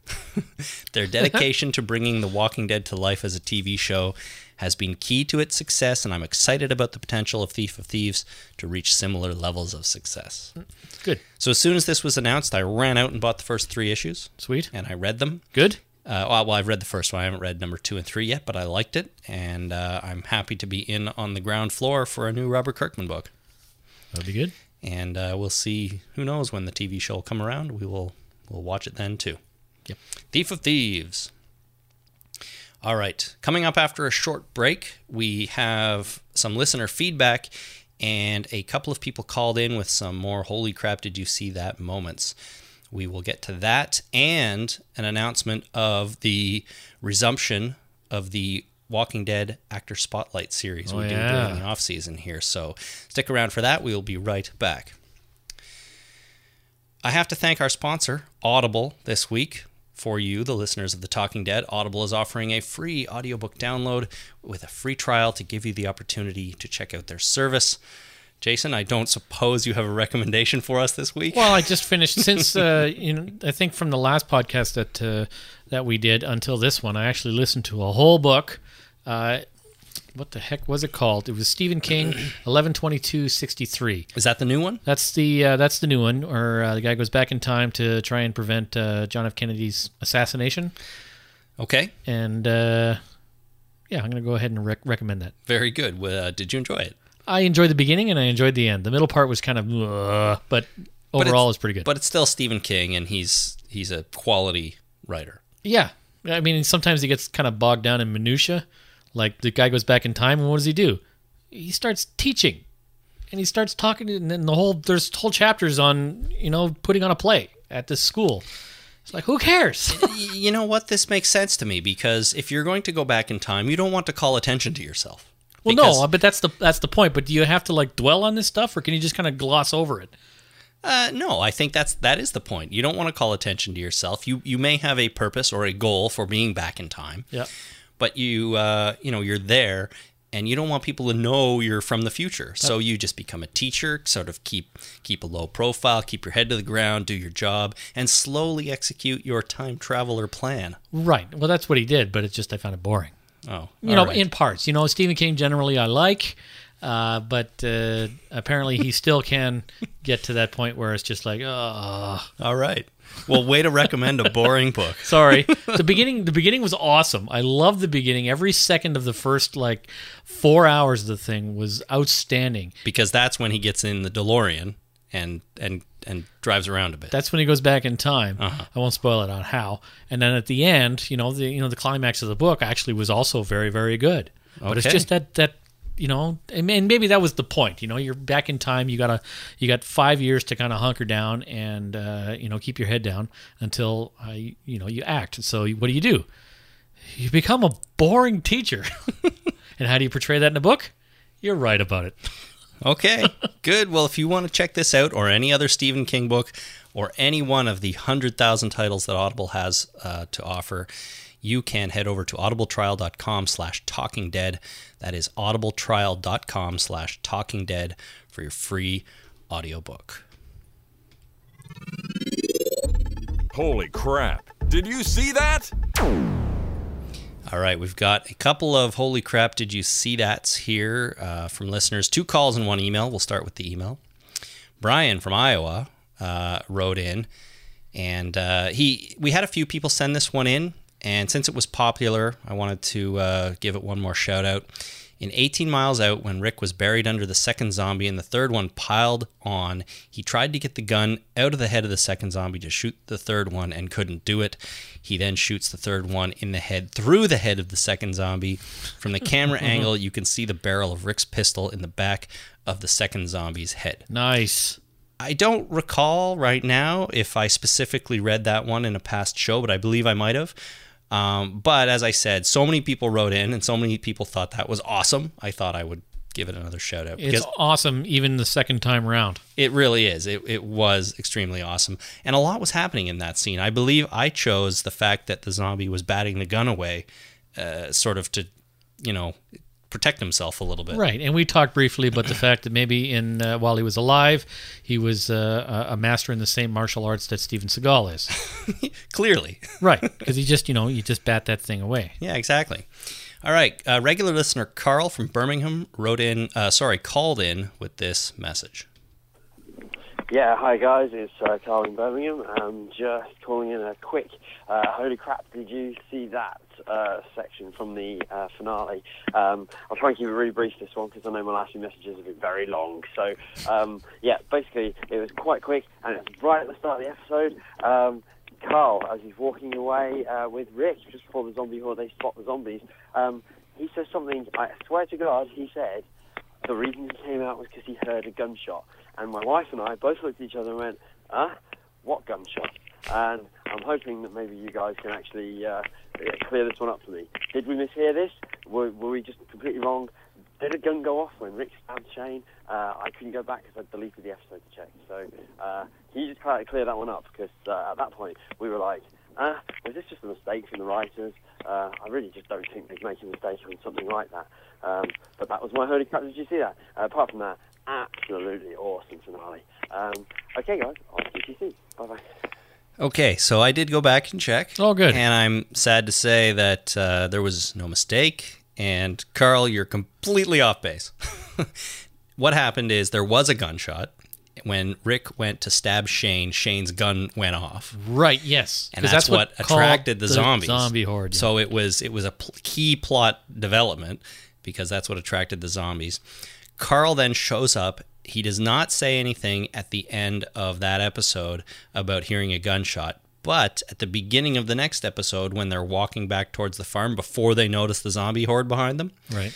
Their dedication to bringing The Walking Dead to life as a TV show has been key to its success, and I'm excited about the potential of Thief of Thieves to reach similar levels of success.
Good.
So as soon as this was announced, I ran out and bought the first three issues,
Sweet.
and I read them.
Good.
Uh, well, well, I've read the first one. I haven't read number two and three yet, but I liked it, and uh, I'm happy to be in on the ground floor for a new Robert Kirkman book.
That'd be good.
And uh, we'll see. Who knows when the TV show will come around? We will. We'll watch it then too.
Yep.
Thief of Thieves. All right. Coming up after a short break, we have some listener feedback and a couple of people called in with some more holy crap did you see that moments. We will get to that and an announcement of the resumption of the Walking Dead actor spotlight series we do
yeah.
during the off season here. So stick around for that. We will be right back. I have to thank our sponsor, Audible, this week. For you, the listeners of The Talking Dead, Audible is offering a free audiobook download with a free trial to give you the opportunity to check out their service. Jason, I don't suppose you have a recommendation for us this week.
Well, I just finished since uh, you know I think from the last podcast that uh, that we did until this one, I actually listened to a whole book. Uh, what the heck was it called? It was Stephen King, eleven twenty two sixty three.
Is that the new one?
That's the uh, that's the new one, or uh, the guy goes back in time to try and prevent uh, John F. Kennedy's assassination.
Okay,
And uh, yeah, I'm going to go ahead and rec- recommend that.
very good. Well, Uh, did you enjoy it?
I enjoyed the beginning and I enjoyed the end. The middle part was kind of, uh, but overall,
it's-
it's pretty good.
But it's still Stephen King, and he's he's a quality writer.
Yeah. I mean, sometimes he gets kind of bogged down in minutia. Like the guy goes back in time, and what does he do? He starts teaching, and he starts talking, and then the whole there's whole chapters on you know putting on a play at this school. It's like who cares?
you know what? This makes sense to me because if you're going to go back in time, you don't want to call attention to yourself.
well,
Because-
no, but that's the that's the point. But do you have to like dwell on this stuff, or can you just kind of gloss over it?
Uh, no, I think that's that is the point. You don't want to call attention to yourself. You you may have a purpose or a goal for being back in time,
Yeah.
but you uh, you know you're there, and you don't want people to know you're from the future. So you just become a teacher, sort of keep keep a low profile, keep your head to the ground, do your job, and slowly execute your time traveler plan.
Right. Well, that's what he did, but it's just I found it boring.
Oh,
you know, in parts. You know, Stephen King generally I like, uh, but uh, apparently he still can get to that point where it's just like, oh,
all right. Well, way to recommend a boring book.
sorry. the beginning, the beginning was awesome. I love the beginning. Every second of the first like four hours of the thing was outstanding.
because that's when he gets in the DeLorean and and and drives around a bit.
That's when he goes back in time. I won't spoil it on how. And then at the end, you know, the you know the climax of the book actually was also very very good. But it's
Okay.
just that that you know, and and maybe that was the point. You know, you're back in time. You gotta you got five years to kind of hunker down and uh, you know keep your head down until uh, you you know you act. So what do you do? You become a boring teacher. and how do you portray that in a book? You're right about it.
okay, good. Well, if you want to check this out or any other Stephen King book or any one of the hundred thousand titles that Audible has uh, to offer, you can head over to audibletrial.com/slash Talking Dead. That is audibletrial.com/slash Talking Dead for your free audiobook.
Holy crap. Did you see that?
All right, we've got a couple of holy crap, did you see that's here uh, from listeners. Two calls and one email. We'll start with the email. Brian from Iowa uh, wrote in, and uh, he we had a few people send this one in, and since it was popular, I wanted to uh, give it one more shout out. In 18 miles out, when Rick was buried under the second zombie and the third one piled on, he tried to get the gun out of the head of the second zombie to shoot the third one and couldn't do it. He then shoots the third one in the head through the head of the second zombie. From the camera angle, you can see the barrel of Rick's pistol in the back of the second zombie's head.
Nice.
I don't recall right now if I specifically read that one in a past show, but I believe I might have. Um, but as I said, so many people wrote in and so many people thought that was awesome. I thought I would give it another shout out
It's
because
awesome, even the second time round.
it really is. It, it was extremely awesome. And a lot was happening in that scene. I believe I chose the fact that the zombie was batting the gun away, uh, sort of to, you know, protect himself a little bit.
Right, and we talked briefly about the fact that maybe in uh, while he was alive, he was uh, a a master in the same martial arts that Steven Seagal is.
Clearly.
Right, because he just you know you just bat that thing away.
Yeah, exactly. All right. Uh, regular listener Carl from Birmingham wrote in, uh, sorry, called in with this message.
Yeah, hi guys, it's uh, Carl in Birmingham. I'm just calling in a quick, uh, holy crap, did you see that uh, section from the uh, finale? Um, I'll try and keep it really brief this one because I know my last few messages have been very long. So, um, yeah, basically it was quite quick and it's right at the start of the episode. Um, Carl, as he's walking away uh, with Rick just before the zombie horde, they spot the zombies. Um, he says something, I swear to God, he said, the reason he came out was because he heard a gunshot. And my wife and I both looked at each other and went, huh? What gunshot? And I'm hoping that maybe you guys can actually uh, clear this one up for me. Did we mishear this? Were, were we just completely wrong? Did a gun go off when Rick stabbed Shane? Uh, I couldn't go back because I deleted the episode to check. So uh, can you just kind of clear that one up? Because uh, at that point, we were like, uh, was this just a mistake from the writers? Uh, I really just don't think they'd make a mistake on something like that. Um, but that was my holy crap. Did you see that? Uh, apart from that, absolutely awesome finale. Um, okay, guys, on TTC. Bye bye.
Okay, so I did go back and check.
Oh, good.
And I'm sad to say that uh, there was no mistake. And Carl, you're completely off base. what happened is there was a gunshot. When Rick went to stab Shane, Shane's gun went off.
Right. Yes.
And
'Cause
that's, what,
called
attracted the, zombies.
Zombie horde. yeah.
So it was it was a pl- key plot development because that's what attracted the zombies. Carl then shows up. He does not say anything at the end of that episode about hearing a gunshot. But at the beginning of the next episode, when they're walking back towards the farm before they notice the zombie horde behind them,
right.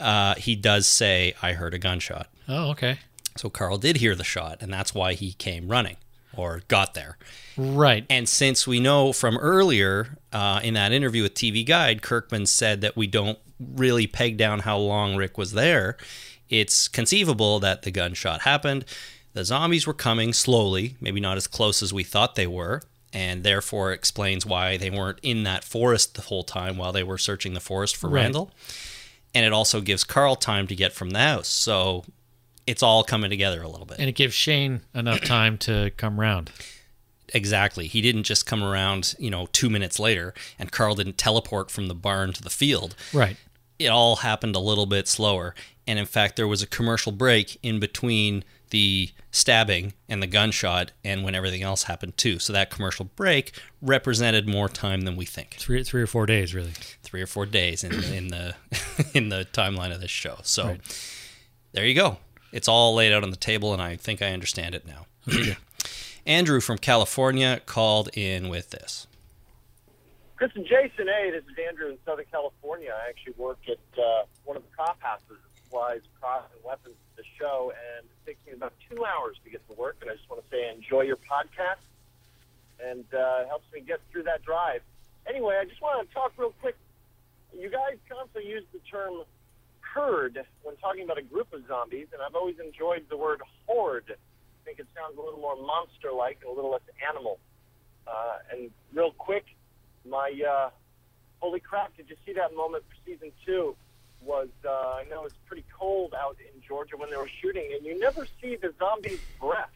uh, he does say, I heard a gunshot.
Oh, okay.
So Carl did hear the shot, and that's why he came running or got there.
Right.
And since we know from earlier uh, in that interview with TV Guide, Kirkman said that we don't really peg down how long Rick was there. It's conceivable that the gunshot happened. The zombies were coming slowly, maybe not as close as we thought they were, and therefore explains why they weren't in that forest the whole time while they were searching the forest for
Right.
Randall. And it also gives Carl time to get from the house. So it's all coming together a little bit.
And it gives Shane enough time to come round.
Exactly. He didn't just come around, you know, two minutes later, and Carl didn't teleport from the barn to the field.
Right.
It all happened a little bit slower. And in fact, there was a commercial break in between the stabbing and the gunshot and when everything else happened, too. So that commercial break represented more time than we think
Three three or four days really.
three or four days in, in, the, in the timeline of this show. So there you go. It's all laid out on the table, and I think I understand it now. Andrew from California called in with this.
Chris and Jason, hey, this is Andrew in Southern California. I actually work at uh, one of the cop houses that supplies props and weapons to the show, and it takes me about two hours to get to work. And I just want to say, enjoy your podcast, and uh, it helps me get through that drive. Anyway, I just want to talk real quick. You guys constantly use the term herd when talking about a group of zombies, and I've always enjoyed the word horde. I think it sounds a little more monster-like and a little less animal. Uh, and real quick, my uh, holy crap, did you see that moment for season two? Was uh, I know it's pretty cold out in Georgia when they were shooting, and you never see the zombie's breath.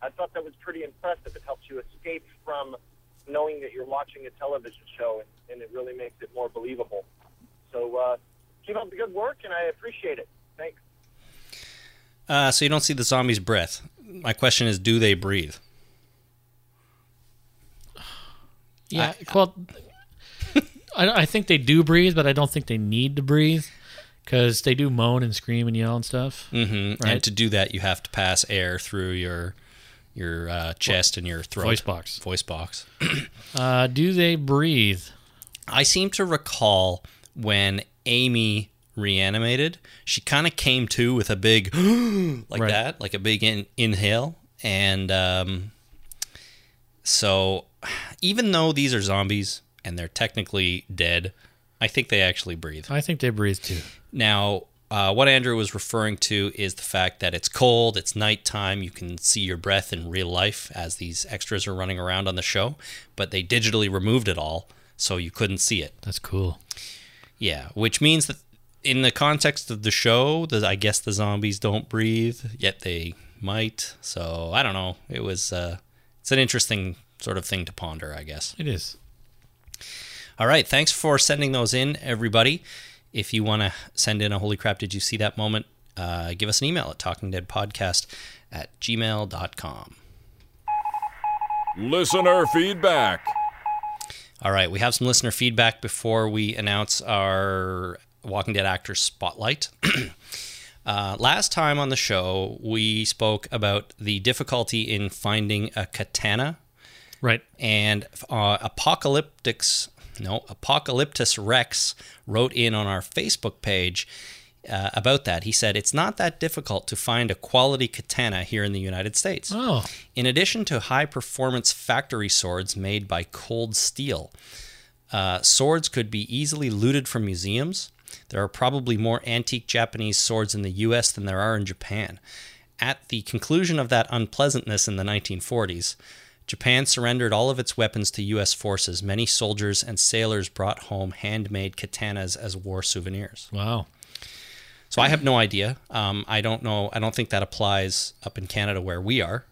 I thought that was pretty impressive. It helps you escape from knowing that you're watching a television show, and, and it really makes it more believable. So uh, keep up the good work, and I appreciate it. Thanks.
Uh, so you don't see the zombie's breath. My question is, do they breathe?
Yeah. well, I, I think they do breathe, but I don't think they need to breathe because they do moan and scream and yell and stuff.
Mm-hmm.
Right.
And to do that, you have to pass air through your your uh, chest and your throat.
Voice box.
Voice box.
Uh, do they breathe?
I seem to recall when Amy reanimated, she kind of came to with a big like
Right.
that, like a big in- inhale, and um, so even though these are zombies and they're technically dead, I think they actually breathe.
I think they breathe too.
Now, uh, what Andrew was referring to is the fact that it's cold, it's nighttime, you can see your breath in real life as these extras are running around on the show, but they digitally removed it all, so you couldn't see it.
That's cool.
Yeah, which means that in the context of the show, the, I guess the zombies don't breathe, yet they might. So I don't know. It was uh, it's an interesting sort of thing to ponder, I guess.
It is.
All right. Thanks for sending those in, everybody. If you want to send in a holy crap, did you see that moment? Uh, give us an email at talkingdeadpodcast at gmail.com.
Listener feedback.
All right, we have some listener feedback before we announce our Walking Dead actor spotlight. uh, last time on the show, we spoke about the difficulty in finding a katana
Right.
and uh, apocalyptics no apocalyptus rex wrote in on our facebook page uh, about that he said it's not that difficult to find a quality katana here in the united states
Oh,
in addition to high performance factory swords made by cold steel, uh, swords could be easily looted from museums. There are probably more antique Japanese swords in the US than there are in Japan. At the conclusion of that unpleasantness in the 1940s, Japan surrendered all of its weapons to US forces. Many soldiers and sailors brought home handmade katanas as war souvenirs.
wow.
So I have no idea. Um, I don't know. I don't think that applies up in Canada where we are,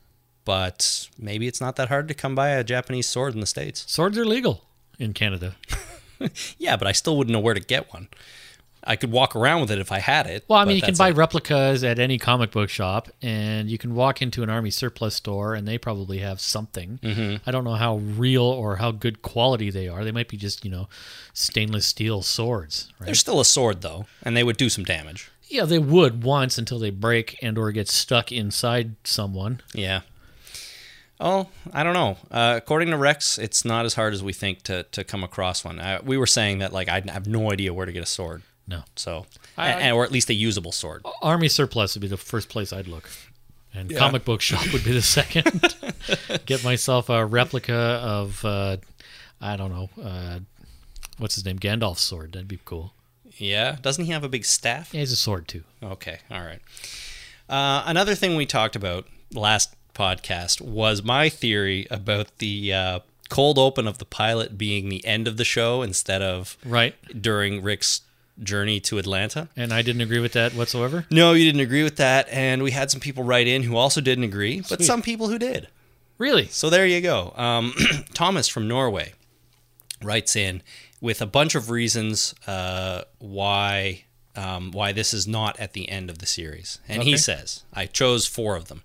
but maybe it's not that hard to come by a Japanese sword in the States.
Swords are legal in Canada.
Yeah, but I still wouldn't know where to get one. I could walk around with it if I had it.
Well, I
but
mean, you can
that's
buy
it.
replicas at any comic book shop, and you can walk into an army surplus store, and they probably have something. I don't know how real or how good quality they are. They might be just, you know, stainless steel swords, right?
There's still a sword though, and they would do some damage.
yeah, they would once until they break and or get stuck inside someone.
Yeah. Oh, I don't know. Uh, according to Rex, it's not as hard as we think to to come across one. I, we were saying that like I have no idea where to get a sword.
No.
So,
I- Oh.
and- or at least a usable sword.
Army surplus would be the first place I'd look. And comic book shop would be the second. Get myself a replica of, uh, I don't know, uh, what's his name? Gandalf's sword. That'd be cool.
Yeah. Doesn't he have a big staff?
Yeah, he's a sword too.
Okay, all right. Uh, another thing we talked about last podcast was my theory about the uh, cold open of the pilot being the end of the show instead of
Right.
during Rick's journey to Atlanta.
And I didn't agree with that whatsoever.
No, you didn't agree with that, and we had some people write in who also didn't agree, but
Sweet.
some people who did.
Really?
So there you go. Um, Thomas from Norway writes in with a bunch of reasons uh, why um, why this is not at the end of the series, and he
Okay.
says I chose four of them.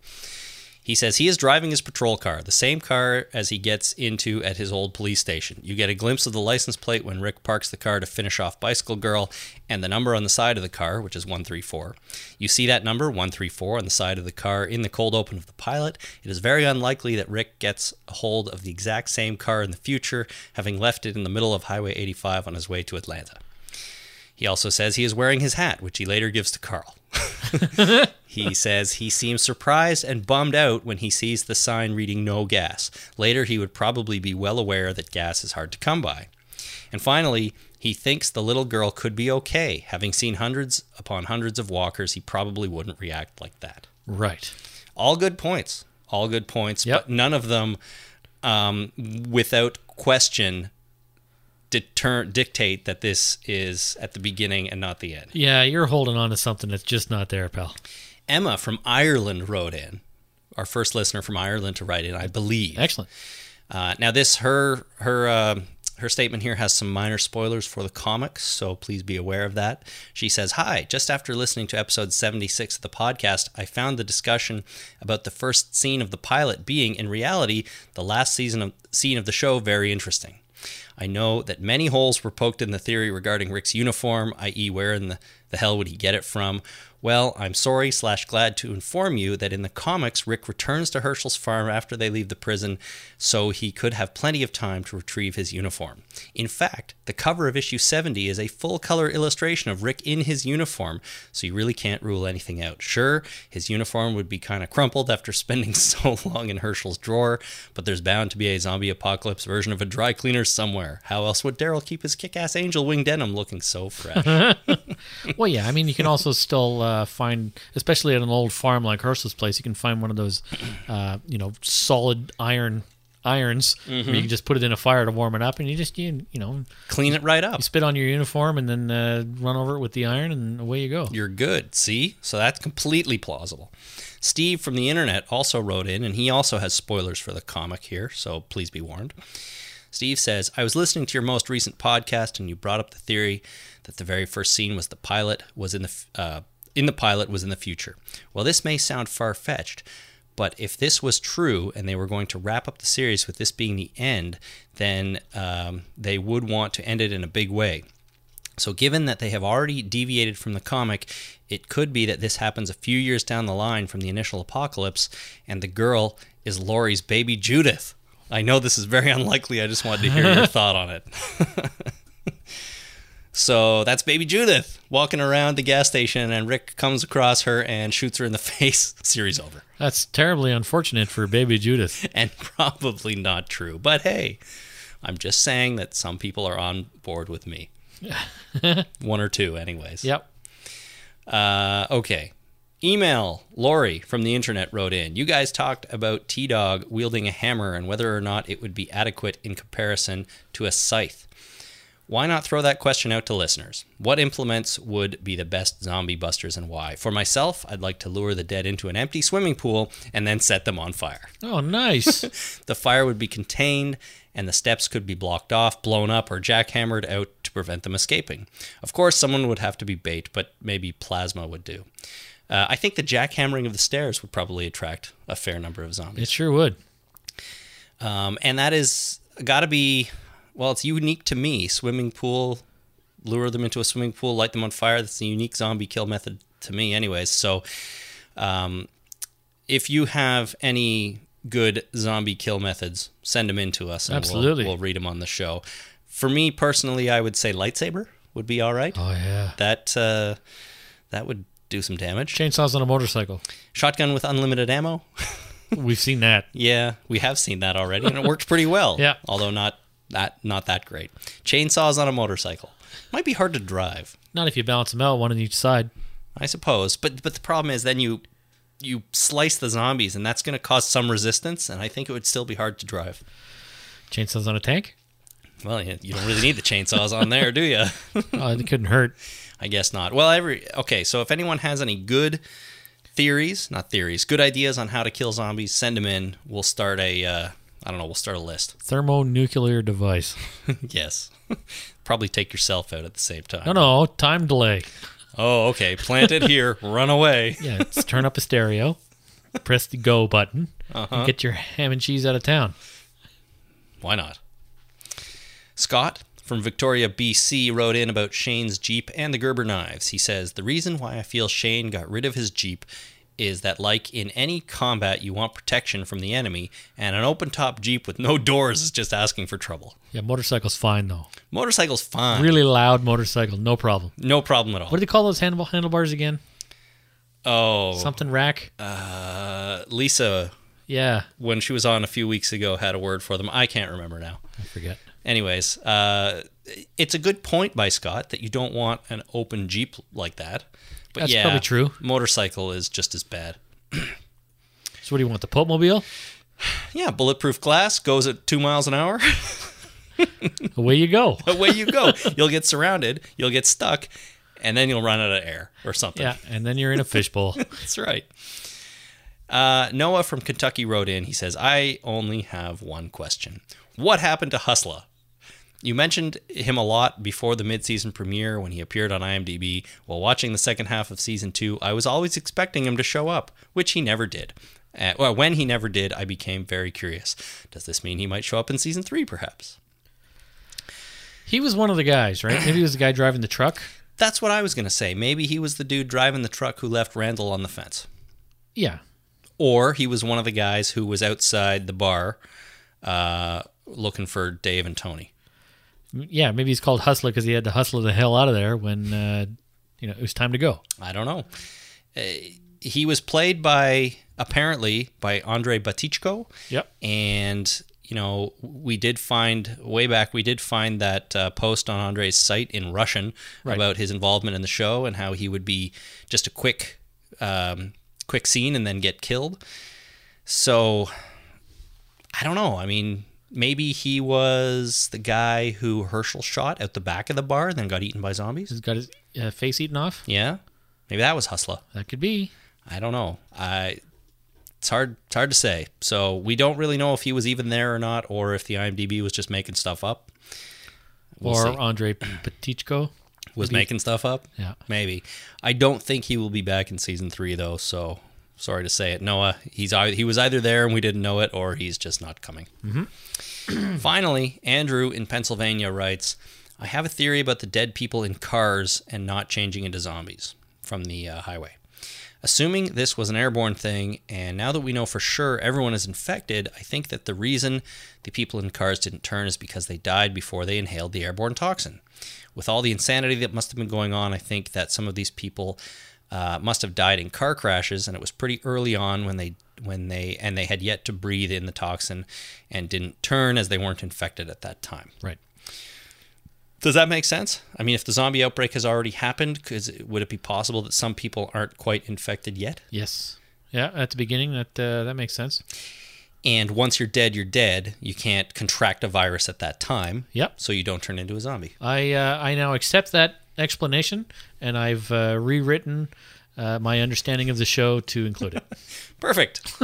He says he is driving his patrol car, the same car as he gets into at his old police station. You get a glimpse of the license plate when Rick parks the car to finish off Bicycle Girl and the number on the side of the car, which is 134. You see that number, 134, on the side of the car in the cold open of the pilot. It is very unlikely that Rick gets a hold of the exact same car in the future, having left it in the middle of Highway 85 on his way to Atlanta. He also says he is wearing his hat, which he later gives to Carl. He says he seems surprised and bummed out when he sees the sign reading no gas. Later, he would probably be well aware that gas is hard to come by. And finally, he thinks the little girl could be okay. Having seen hundreds upon hundreds of walkers, he probably wouldn't react like that.
Right.
All good points. All good points,
Yep.
but none of them, um, without question, deter- dictate that this is at the beginning and not the end.
Yeah, you're holding on to something that's just not there, pal.
Emma from Ireland wrote in, our first listener from Ireland to write in, I believe.
Excellent.
Uh, now, this her her um her statement here has some minor spoilers for the comics, so please be aware of that. She says, "Hi, just after listening to episode 76 of the podcast, I found the discussion about the first scene of the pilot being, in reality, the last season of scene of the show very interesting." I know that many holes were poked in the theory regarding Rick's uniform, i.e., where in the, the hell would he get it from? Well, I'm sorry slash glad to inform you that in the comics, Rick returns to Herschel's farm after they leave the prison, so he could have plenty of time to retrieve his uniform. In fact, the cover of issue 70 is a full color illustration of Rick in his uniform, so you really can't rule anything out. Sure, his uniform would be kind of crumpled after spending so long in Herschel's drawer, but there's bound to be a zombie apocalypse version of a dry cleaner somewhere. How else would Daryl keep his kick ass angel wing denim looking so fresh?
Well, yeah, I mean, you can also still uh, find, especially at an old farm like Herschel's place, you can find one of those, uh, you know, solid iron irons where you can just put it in a fire to warm it up, and you just you, you know
Clean it right up.
you spit on your uniform and then uh, run over it with the iron, and away you go.
You're good. See? So that's completely plausible. Steve from the internet also wrote in, and he also has spoilers for the comic here, so please be warned. Steve says, I was listening to your most recent podcast, and you brought up the theory that the very first scene was the pilot was in the f- uh, in the pilot was in the future. Well, this may sound far fetched, but if this was true and they were going to wrap up the series with this being the end, then um, they would want to end it in a big way. So, given that they have already deviated from the comic, it could be that this happens a few years down the line from the initial apocalypse, and the girl is Laurie's baby Judith. I know this is very unlikely. I just wanted to hear your thought on it. so that's baby Judith walking around the gas station, and Rick comes across her and shoots her in the face. Series over.
That's terribly unfortunate for baby Judith.
And probably not true. But hey, I'm just saying that some people are on board with me. One or two, anyways.
Yep.
Uh, okay. Email Lori from the internet wrote in. You guys talked about T Dog wielding a hammer and whether or not it would be adequate in comparison to a scythe. Why not throw that question out to listeners? What implements would be the best zombie busters and why? For myself, I'd like to lure the dead into an empty swimming pool and then set them on fire.
Oh, nice.
The fire would be contained and the steps could be blocked off, blown up, or jackhammered out to prevent them escaping. Of course, someone would have to be bait, but maybe plasma would do. Uh, I think the jackhammering of the stairs would probably attract a fair number of
it
zombies.
sure would.
Um, and that is got to be, well, it's unique to me. Swimming pool, lure them into a swimming pool, light them on fire. That's a unique zombie kill method to me, anyways. So um, if you have any good zombie kill methods, send them in to us. And we'll-
Absolutely.
We'll, read them on the show. For me personally, I would say lightsaber would be all right.
Oh, yeah.
That uh, that would do some damage.
Chainsaws on a motorcycle.
Shotgun with unlimited ammo.
We've seen that.
Yeah, we have seen that already, and it worked pretty well.
Yeah.
although not that not that great. Chainsaws on a motorcycle might be hard to drive.
Not if you balance them out, one on each side.
I suppose. But but the problem is then you you slice the zombies and that's going to cause some resistance and I think it would still be hard to drive.
Chainsaws on a tank?
Well, you you don't really need the chainsaws on there, do you?
Oh, it couldn't hurt.
I guess not. Well, every okay, so if anyone has any good theories, not theories, good ideas on how to kill zombies, send them in. We'll start a uh, I don't know, we'll start a list.
Thermonuclear device.
Yes. Probably take yourself out at the same time.
No, no, time delay.
Oh, okay. Plant it here. Run away.
Yeah, it's turn up a stereo, press the go button, and get your ham and cheese out of town.
Why not? Scott from Victoria, BC, wrote in about Shane's Jeep and the Gerber knives. He says, The reason why I feel Shane got rid of his Jeep is that, like in any combat, you want protection from the enemy, and an open top Jeep with no doors is just asking for trouble.
Yeah, motorcycle's fine though.
Motorcycle's fine.
Really loud motorcycle, no problem.
No problem at all.
What do they call those handle handlebars again?
oh,
Something rack?
uh, Lisa,
Yeah,
when she was on a few weeks ago, had a word for them. I can't remember now.
I forget.
Anyways, uh, it's a good point by Scott that you don't want an open Jeep like that. But
That's
yeah,
probably true.
Motorcycle is just as bad.
So what do you want? The Pope mobile?
Yeah, bulletproof glass goes at two miles an hour.
Away you go.
Away you go. You'll get surrounded. You'll get stuck, and then you'll run out of air or something.
Yeah, and then you're in a fishbowl.
That's right. Uh, Noah from Kentucky wrote in. He says, I only have one question. What happened to Hustla? You mentioned him a lot before the midseason premiere when he appeared on IMDb. While watching the second half of season two, I was always expecting him to show up, which he never did. Uh, well, when he never did, I became very curious. Does this mean he might show up in season three, perhaps?
He was one of the guys, right? Maybe he was the guy driving the truck.
That's what I was going to say. Maybe he was the dude driving the truck who left Randall on the fence.
Yeah,
or he was one of the guys who was outside the bar uh, looking for Dave and Tony.
yeah. Maybe he's called Hustler because he had to hustle the hell out of there when uh, you know it was time to go.
I don't know. Uh, he was played by apparently by Andre Batichko,
Yep.
and you know we did find way back we did find that uh, post on Andre's site in Russian
Right.
about his involvement in the show and how he would be just a quick um, quick scene and then get killed. So I don't know. I mean, maybe he was the guy who Herschel shot out the back of the bar, then got eaten by zombies.
He's got his uh, face eaten off.
Yeah, maybe that was Hustler.
That could be.
I don't know. I It's hard. It's hard to say. So we don't really know if he was even there or not, or if the IMDb was just making stuff up. We'll
or
see.
Andre Petichko.
was making stuff up.
Yeah.
maybe. I don't think he will be back in season three though. So sorry to say it, Noah. He's ei- he was either there and we didn't know it, or he's just not coming. Finally, Andrew in Pennsylvania writes, "I have a theory about the dead people in cars and not changing into zombies from the uh, highway." Assuming this was an airborne thing, and now that we know for sure everyone is infected, I think that the reason the people in cars didn't turn is because they died before they inhaled the airborne toxin. With all the insanity that must have been going on, I think that some of these people uh, must have died in car crashes, and it was pretty early on when they when they and they had yet to breathe in the toxin and didn't turn as they weren't infected at that time.
Right.
Does that make sense? I mean, if the zombie outbreak has already happened, is, would it be possible that some people aren't quite infected yet?
Yes. Yeah, at the beginning, that uh, that makes sense.
And once you're dead, you're dead. You can't contract a virus at that time.
Yep.
So you don't turn into a zombie.
I uh, I now accept that explanation, and I've uh, rewritten uh, my understanding of the show to include it.
Perfect.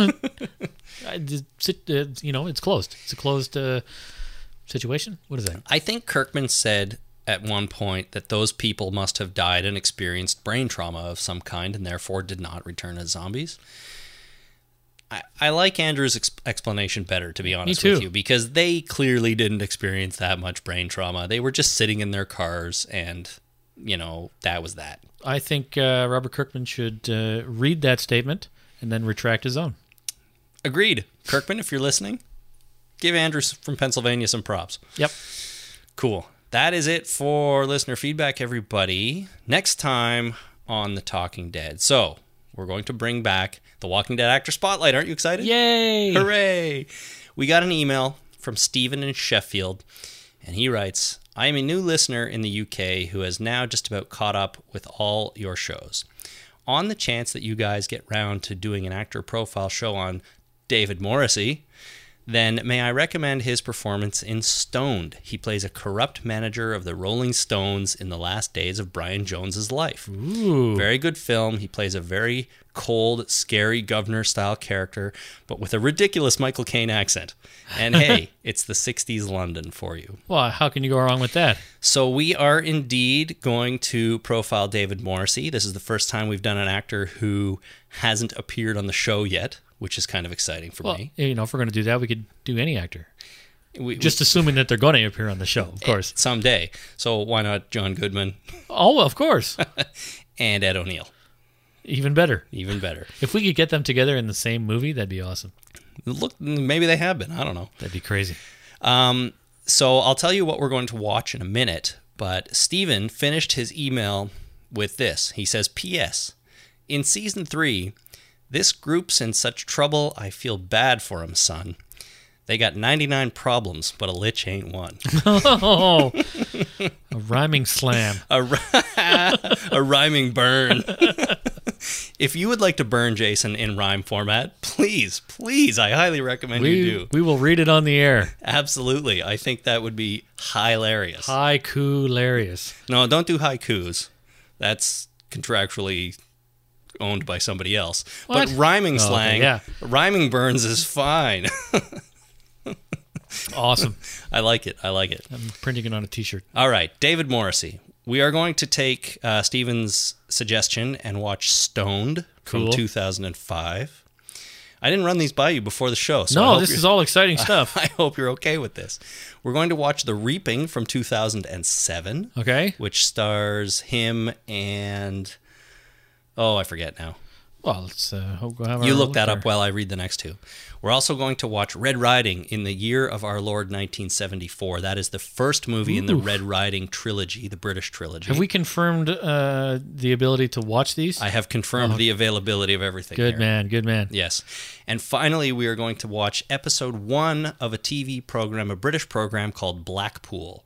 I just sit- uh, you know, it's closed. It's a closed uh, situation. What is that?
I think Kirkman said at one point that those people must have died and experienced brain trauma of some kind and therefore did not return as zombies. I, I like Andrew's ex- explanation better, to be honest with
too.
you, because they clearly didn't experience that much brain trauma. They were just sitting in their cars and, you know, that was that.
I think uh, Robert Kirkman should uh, read that statement and then retract his own.
Agreed. Kirkman, if you're listening, give Andrew s- from Pennsylvania some props.
Yep.
Cool. That is it for listener feedback, everybody. Next time on The Talking Dead. So we're going to bring back the Walking Dead actor spotlight. Aren't you excited?
Yay!
Hooray! We got an email from Stephen in Sheffield, and he writes I am a new listener in the UK who has now just about caught up with all your shows. On the chance that you guys get round to doing an actor profile show on David Morrissey, then may I recommend his performance in Stoned? He plays a corrupt manager of the Rolling Stones in the last days of Brian Jones's life. Very good film. He plays a very cold, scary governor style character, but with a ridiculous Michael Caine accent. And hey, it's the 60s London for you.
Well, how can you go wrong with that?
So we are indeed going to profile David Morrissey. This is the first time we've done an actor who hasn't appeared on the show yet, which is kind of exciting for
Well,
me.
you know, if we're going to do that, we could do any actor.
We,
Just assuming that they're going to appear on the show, of
Eh,
course.
someday. So why not John Goodman
Oh, of course.
and Ed O'Neill?
Even better.
Even better.
If we could get them together in the same movie, that'd be awesome.
Look, maybe they have been. I don't know.
That'd be crazy.
Um, so I'll tell you what we're going to watch in a minute, but Steven finished his email with this. He says, P.S. In season three, this group's in such trouble, I feel bad for 'em, son. They got 99 problems, but a lich ain't one.
Oh, a rhyming slam.
a, ri- a rhyming burn. if you would like to burn Jason in rhyme format, please, please, I highly recommend you
We,
do.
we will read it on the air.
Absolutely. I think that would be hilarious.
Haiku hilarious.
No, don't do haikus. That's contractually owned by somebody else.
What?
But rhyming
Oh, okay,
slang,
yeah.
rhyming burns is fine.
Awesome.
I like it. I like it.
I'm printing it on a T-shirt.
All right, David Morrissey. We are going to take uh, Steven's suggestion and watch Stoned
Cool.
from 2005. I didn't run these by you before the show. So I
No,
hope
this
you're-
is all exciting stuff.
I hope you're okay with this. We're going to watch The Reaping from 2007.
Okay.
which stars him and oh, I forget now.
Well, it's uh, hope
You look that up while I read the next two. We're also going to watch Red Riding in the year of our Lord 1974. That is the first movie in the Red Riding trilogy, the British trilogy.
Have we confirmed uh, the ability to watch these?
I have confirmed the availability of everything.
Oh. good
here.
man. Good man.
Yes. And finally, we are going to watch episode one of a TV program, a British program called Blackpool,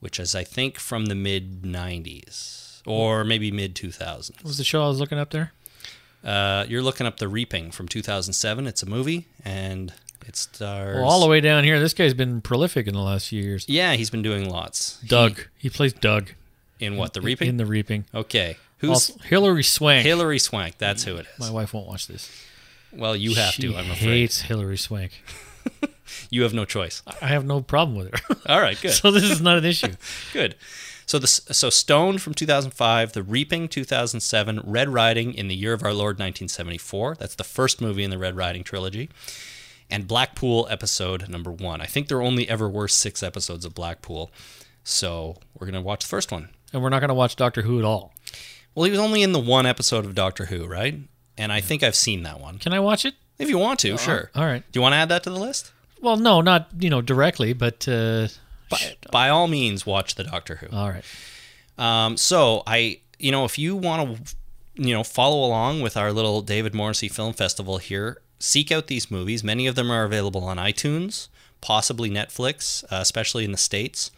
which is, I think, from the mid 90s or maybe mid 2000s.
What was the show I was looking up there?
Uh, you're looking up The Reaping from 2007. It's a movie, and it stars.
Well, all the way down here. This guy's been prolific in the last few years.
Yeah, he's been doing lots.
Doug. He plays Doug
In what? The Reaping?
in the Reaping.
okay. Who's
Also, Hillary Swank.
Hillary Swank? That's who it is.
My wife won't watch this.
Well, you have
she
to. I'm afraid
hates Hillary Swank.
you have no choice.
I have no problem with her.
All right, good.
so this is not an issue.
Good. So the so Stone from 2005, The Reaping 2007, Red Riding in the Year of Our Lord 1974. That's the first movie in the Red Riding trilogy. And Blackpool episode number 1. I think there only ever were 6 episodes of Blackpool. So we're going to watch the first one.
And we're not going to watch Doctor Who at all.
Well, he was only in the one episode of Doctor Who, right? And I think I've seen that one.
Can I watch it?
If you want to, sure.
All right.
Do you want to add that to the list?
Well, no, not you know directly, but uh,
By, by all means, watch the Doctor Who.
all right.
Um, so I, you know, if you want to, you know, follow along with our little David Morrissey Film Festival here, seek out these movies. Many of them are available on iTunes, possibly Netflix, uh, especially in the states.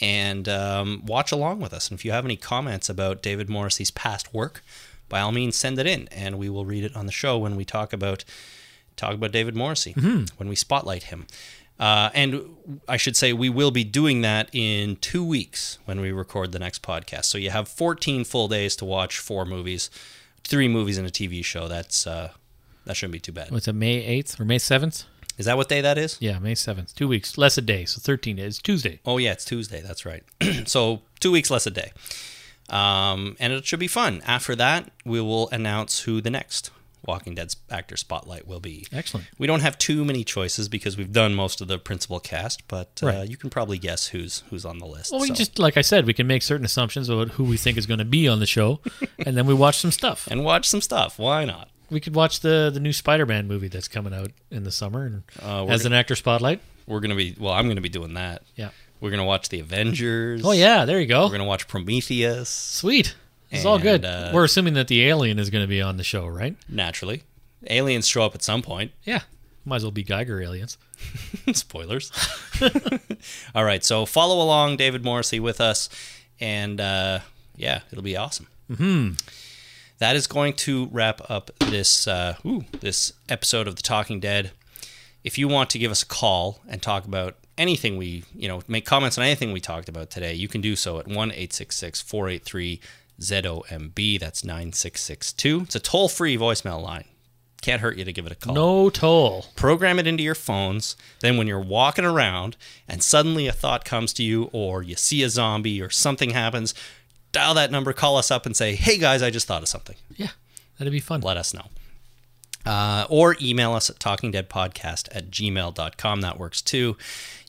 And um, watch along with us. And if you have any comments about David Morrissey's past work, by all means, send it in, and we will read it on the show when we talk about talk about David Morrissey when we spotlight him. Uh, and I should say, we will be doing that in two weeks when we record the next podcast. So you have 14 full days to watch four movies, three movies, and a TV show. That's uh, that shouldn't be too bad.
What's it? May eighth or May seventh?
Is that what day that is?
Yeah, May seventh. Two weeks, less a day, so thirteen days. Tuesday.
Oh yeah, it's Tuesday. That's right. so two weeks less a day, um, and it should be fun. After that, we will announce who the next Walking Dead actor spotlight will be.
Excellent.
We don't have too many choices because we've done most of the principal cast, but uh,
Right.
you can probably guess who's who's on the list.
Well, we
so.
just like I said, we can make certain assumptions about who we think is going to be on the show, and then we watch some stuff.
and watch some stuff. Why not?
We could watch the the new Spider-Man movie that's coming out in the summer and
Uh, we're
as an actor spotlight.
We're gonna be well. I'm gonna be doing that.
Yeah.
We're gonna watch the Avengers.
Oh yeah, there you go.
We're gonna watch Prometheus.
Sweet. It's all good.
And, uh,
We're assuming that the alien is going to be on the show, right?
Naturally, aliens show up at some point.
Yeah. Might as well be Geiger aliens.
Spoilers. All right, so follow along, David Morrissey, with us, and uh, yeah, it'll be awesome. Mm-hmm. is going to wrap up this uh, ooh, this episode of the Talking Dead. If you want to give us a call and talk about anything we, you know, make comments on anything we talked about today, you can do so at 1 866 483 ZOMB. That's 9662. It's a toll free voicemail line. Can't hurt you to give it a call
No toll.
program it into your phones. Then, when you're walking around and suddenly a thought comes to you, or you see a zombie, or something happens, dial that number, call us up, and say, Hey guys, I just thought of something.
Yeah. That'd be fun.
Let us know. Uh, or email us at talkingdeadpodcast at gmail.com. That works too.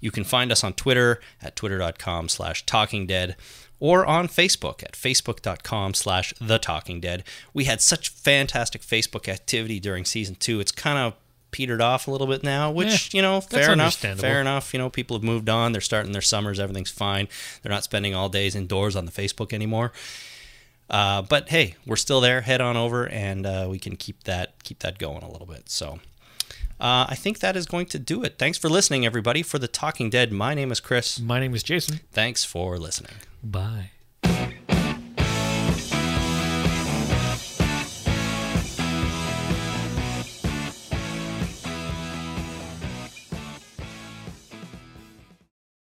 You can find us on Twitter at twitter.com slash talkingdead or on Facebook at facebook.com slash the talking dead. We had such fantastic Facebook activity during season two. It's kind of petered off a little bit now, which,
Yeah,
you know,
that's
fair enough.
understandable.
Fair enough. You know, people have moved on. They're starting their summers. Everything's fine. They're not spending all days indoors on the Facebook anymore. Uh, but hey, we're still there. Head on over, and uh, we can keep that keep that going a little bit. So, uh, I think that is going to do it. Thanks for listening, everybody. For the Talking Dead, my name is Chris.
My name is Jason.
Thanks for listening.
Bye.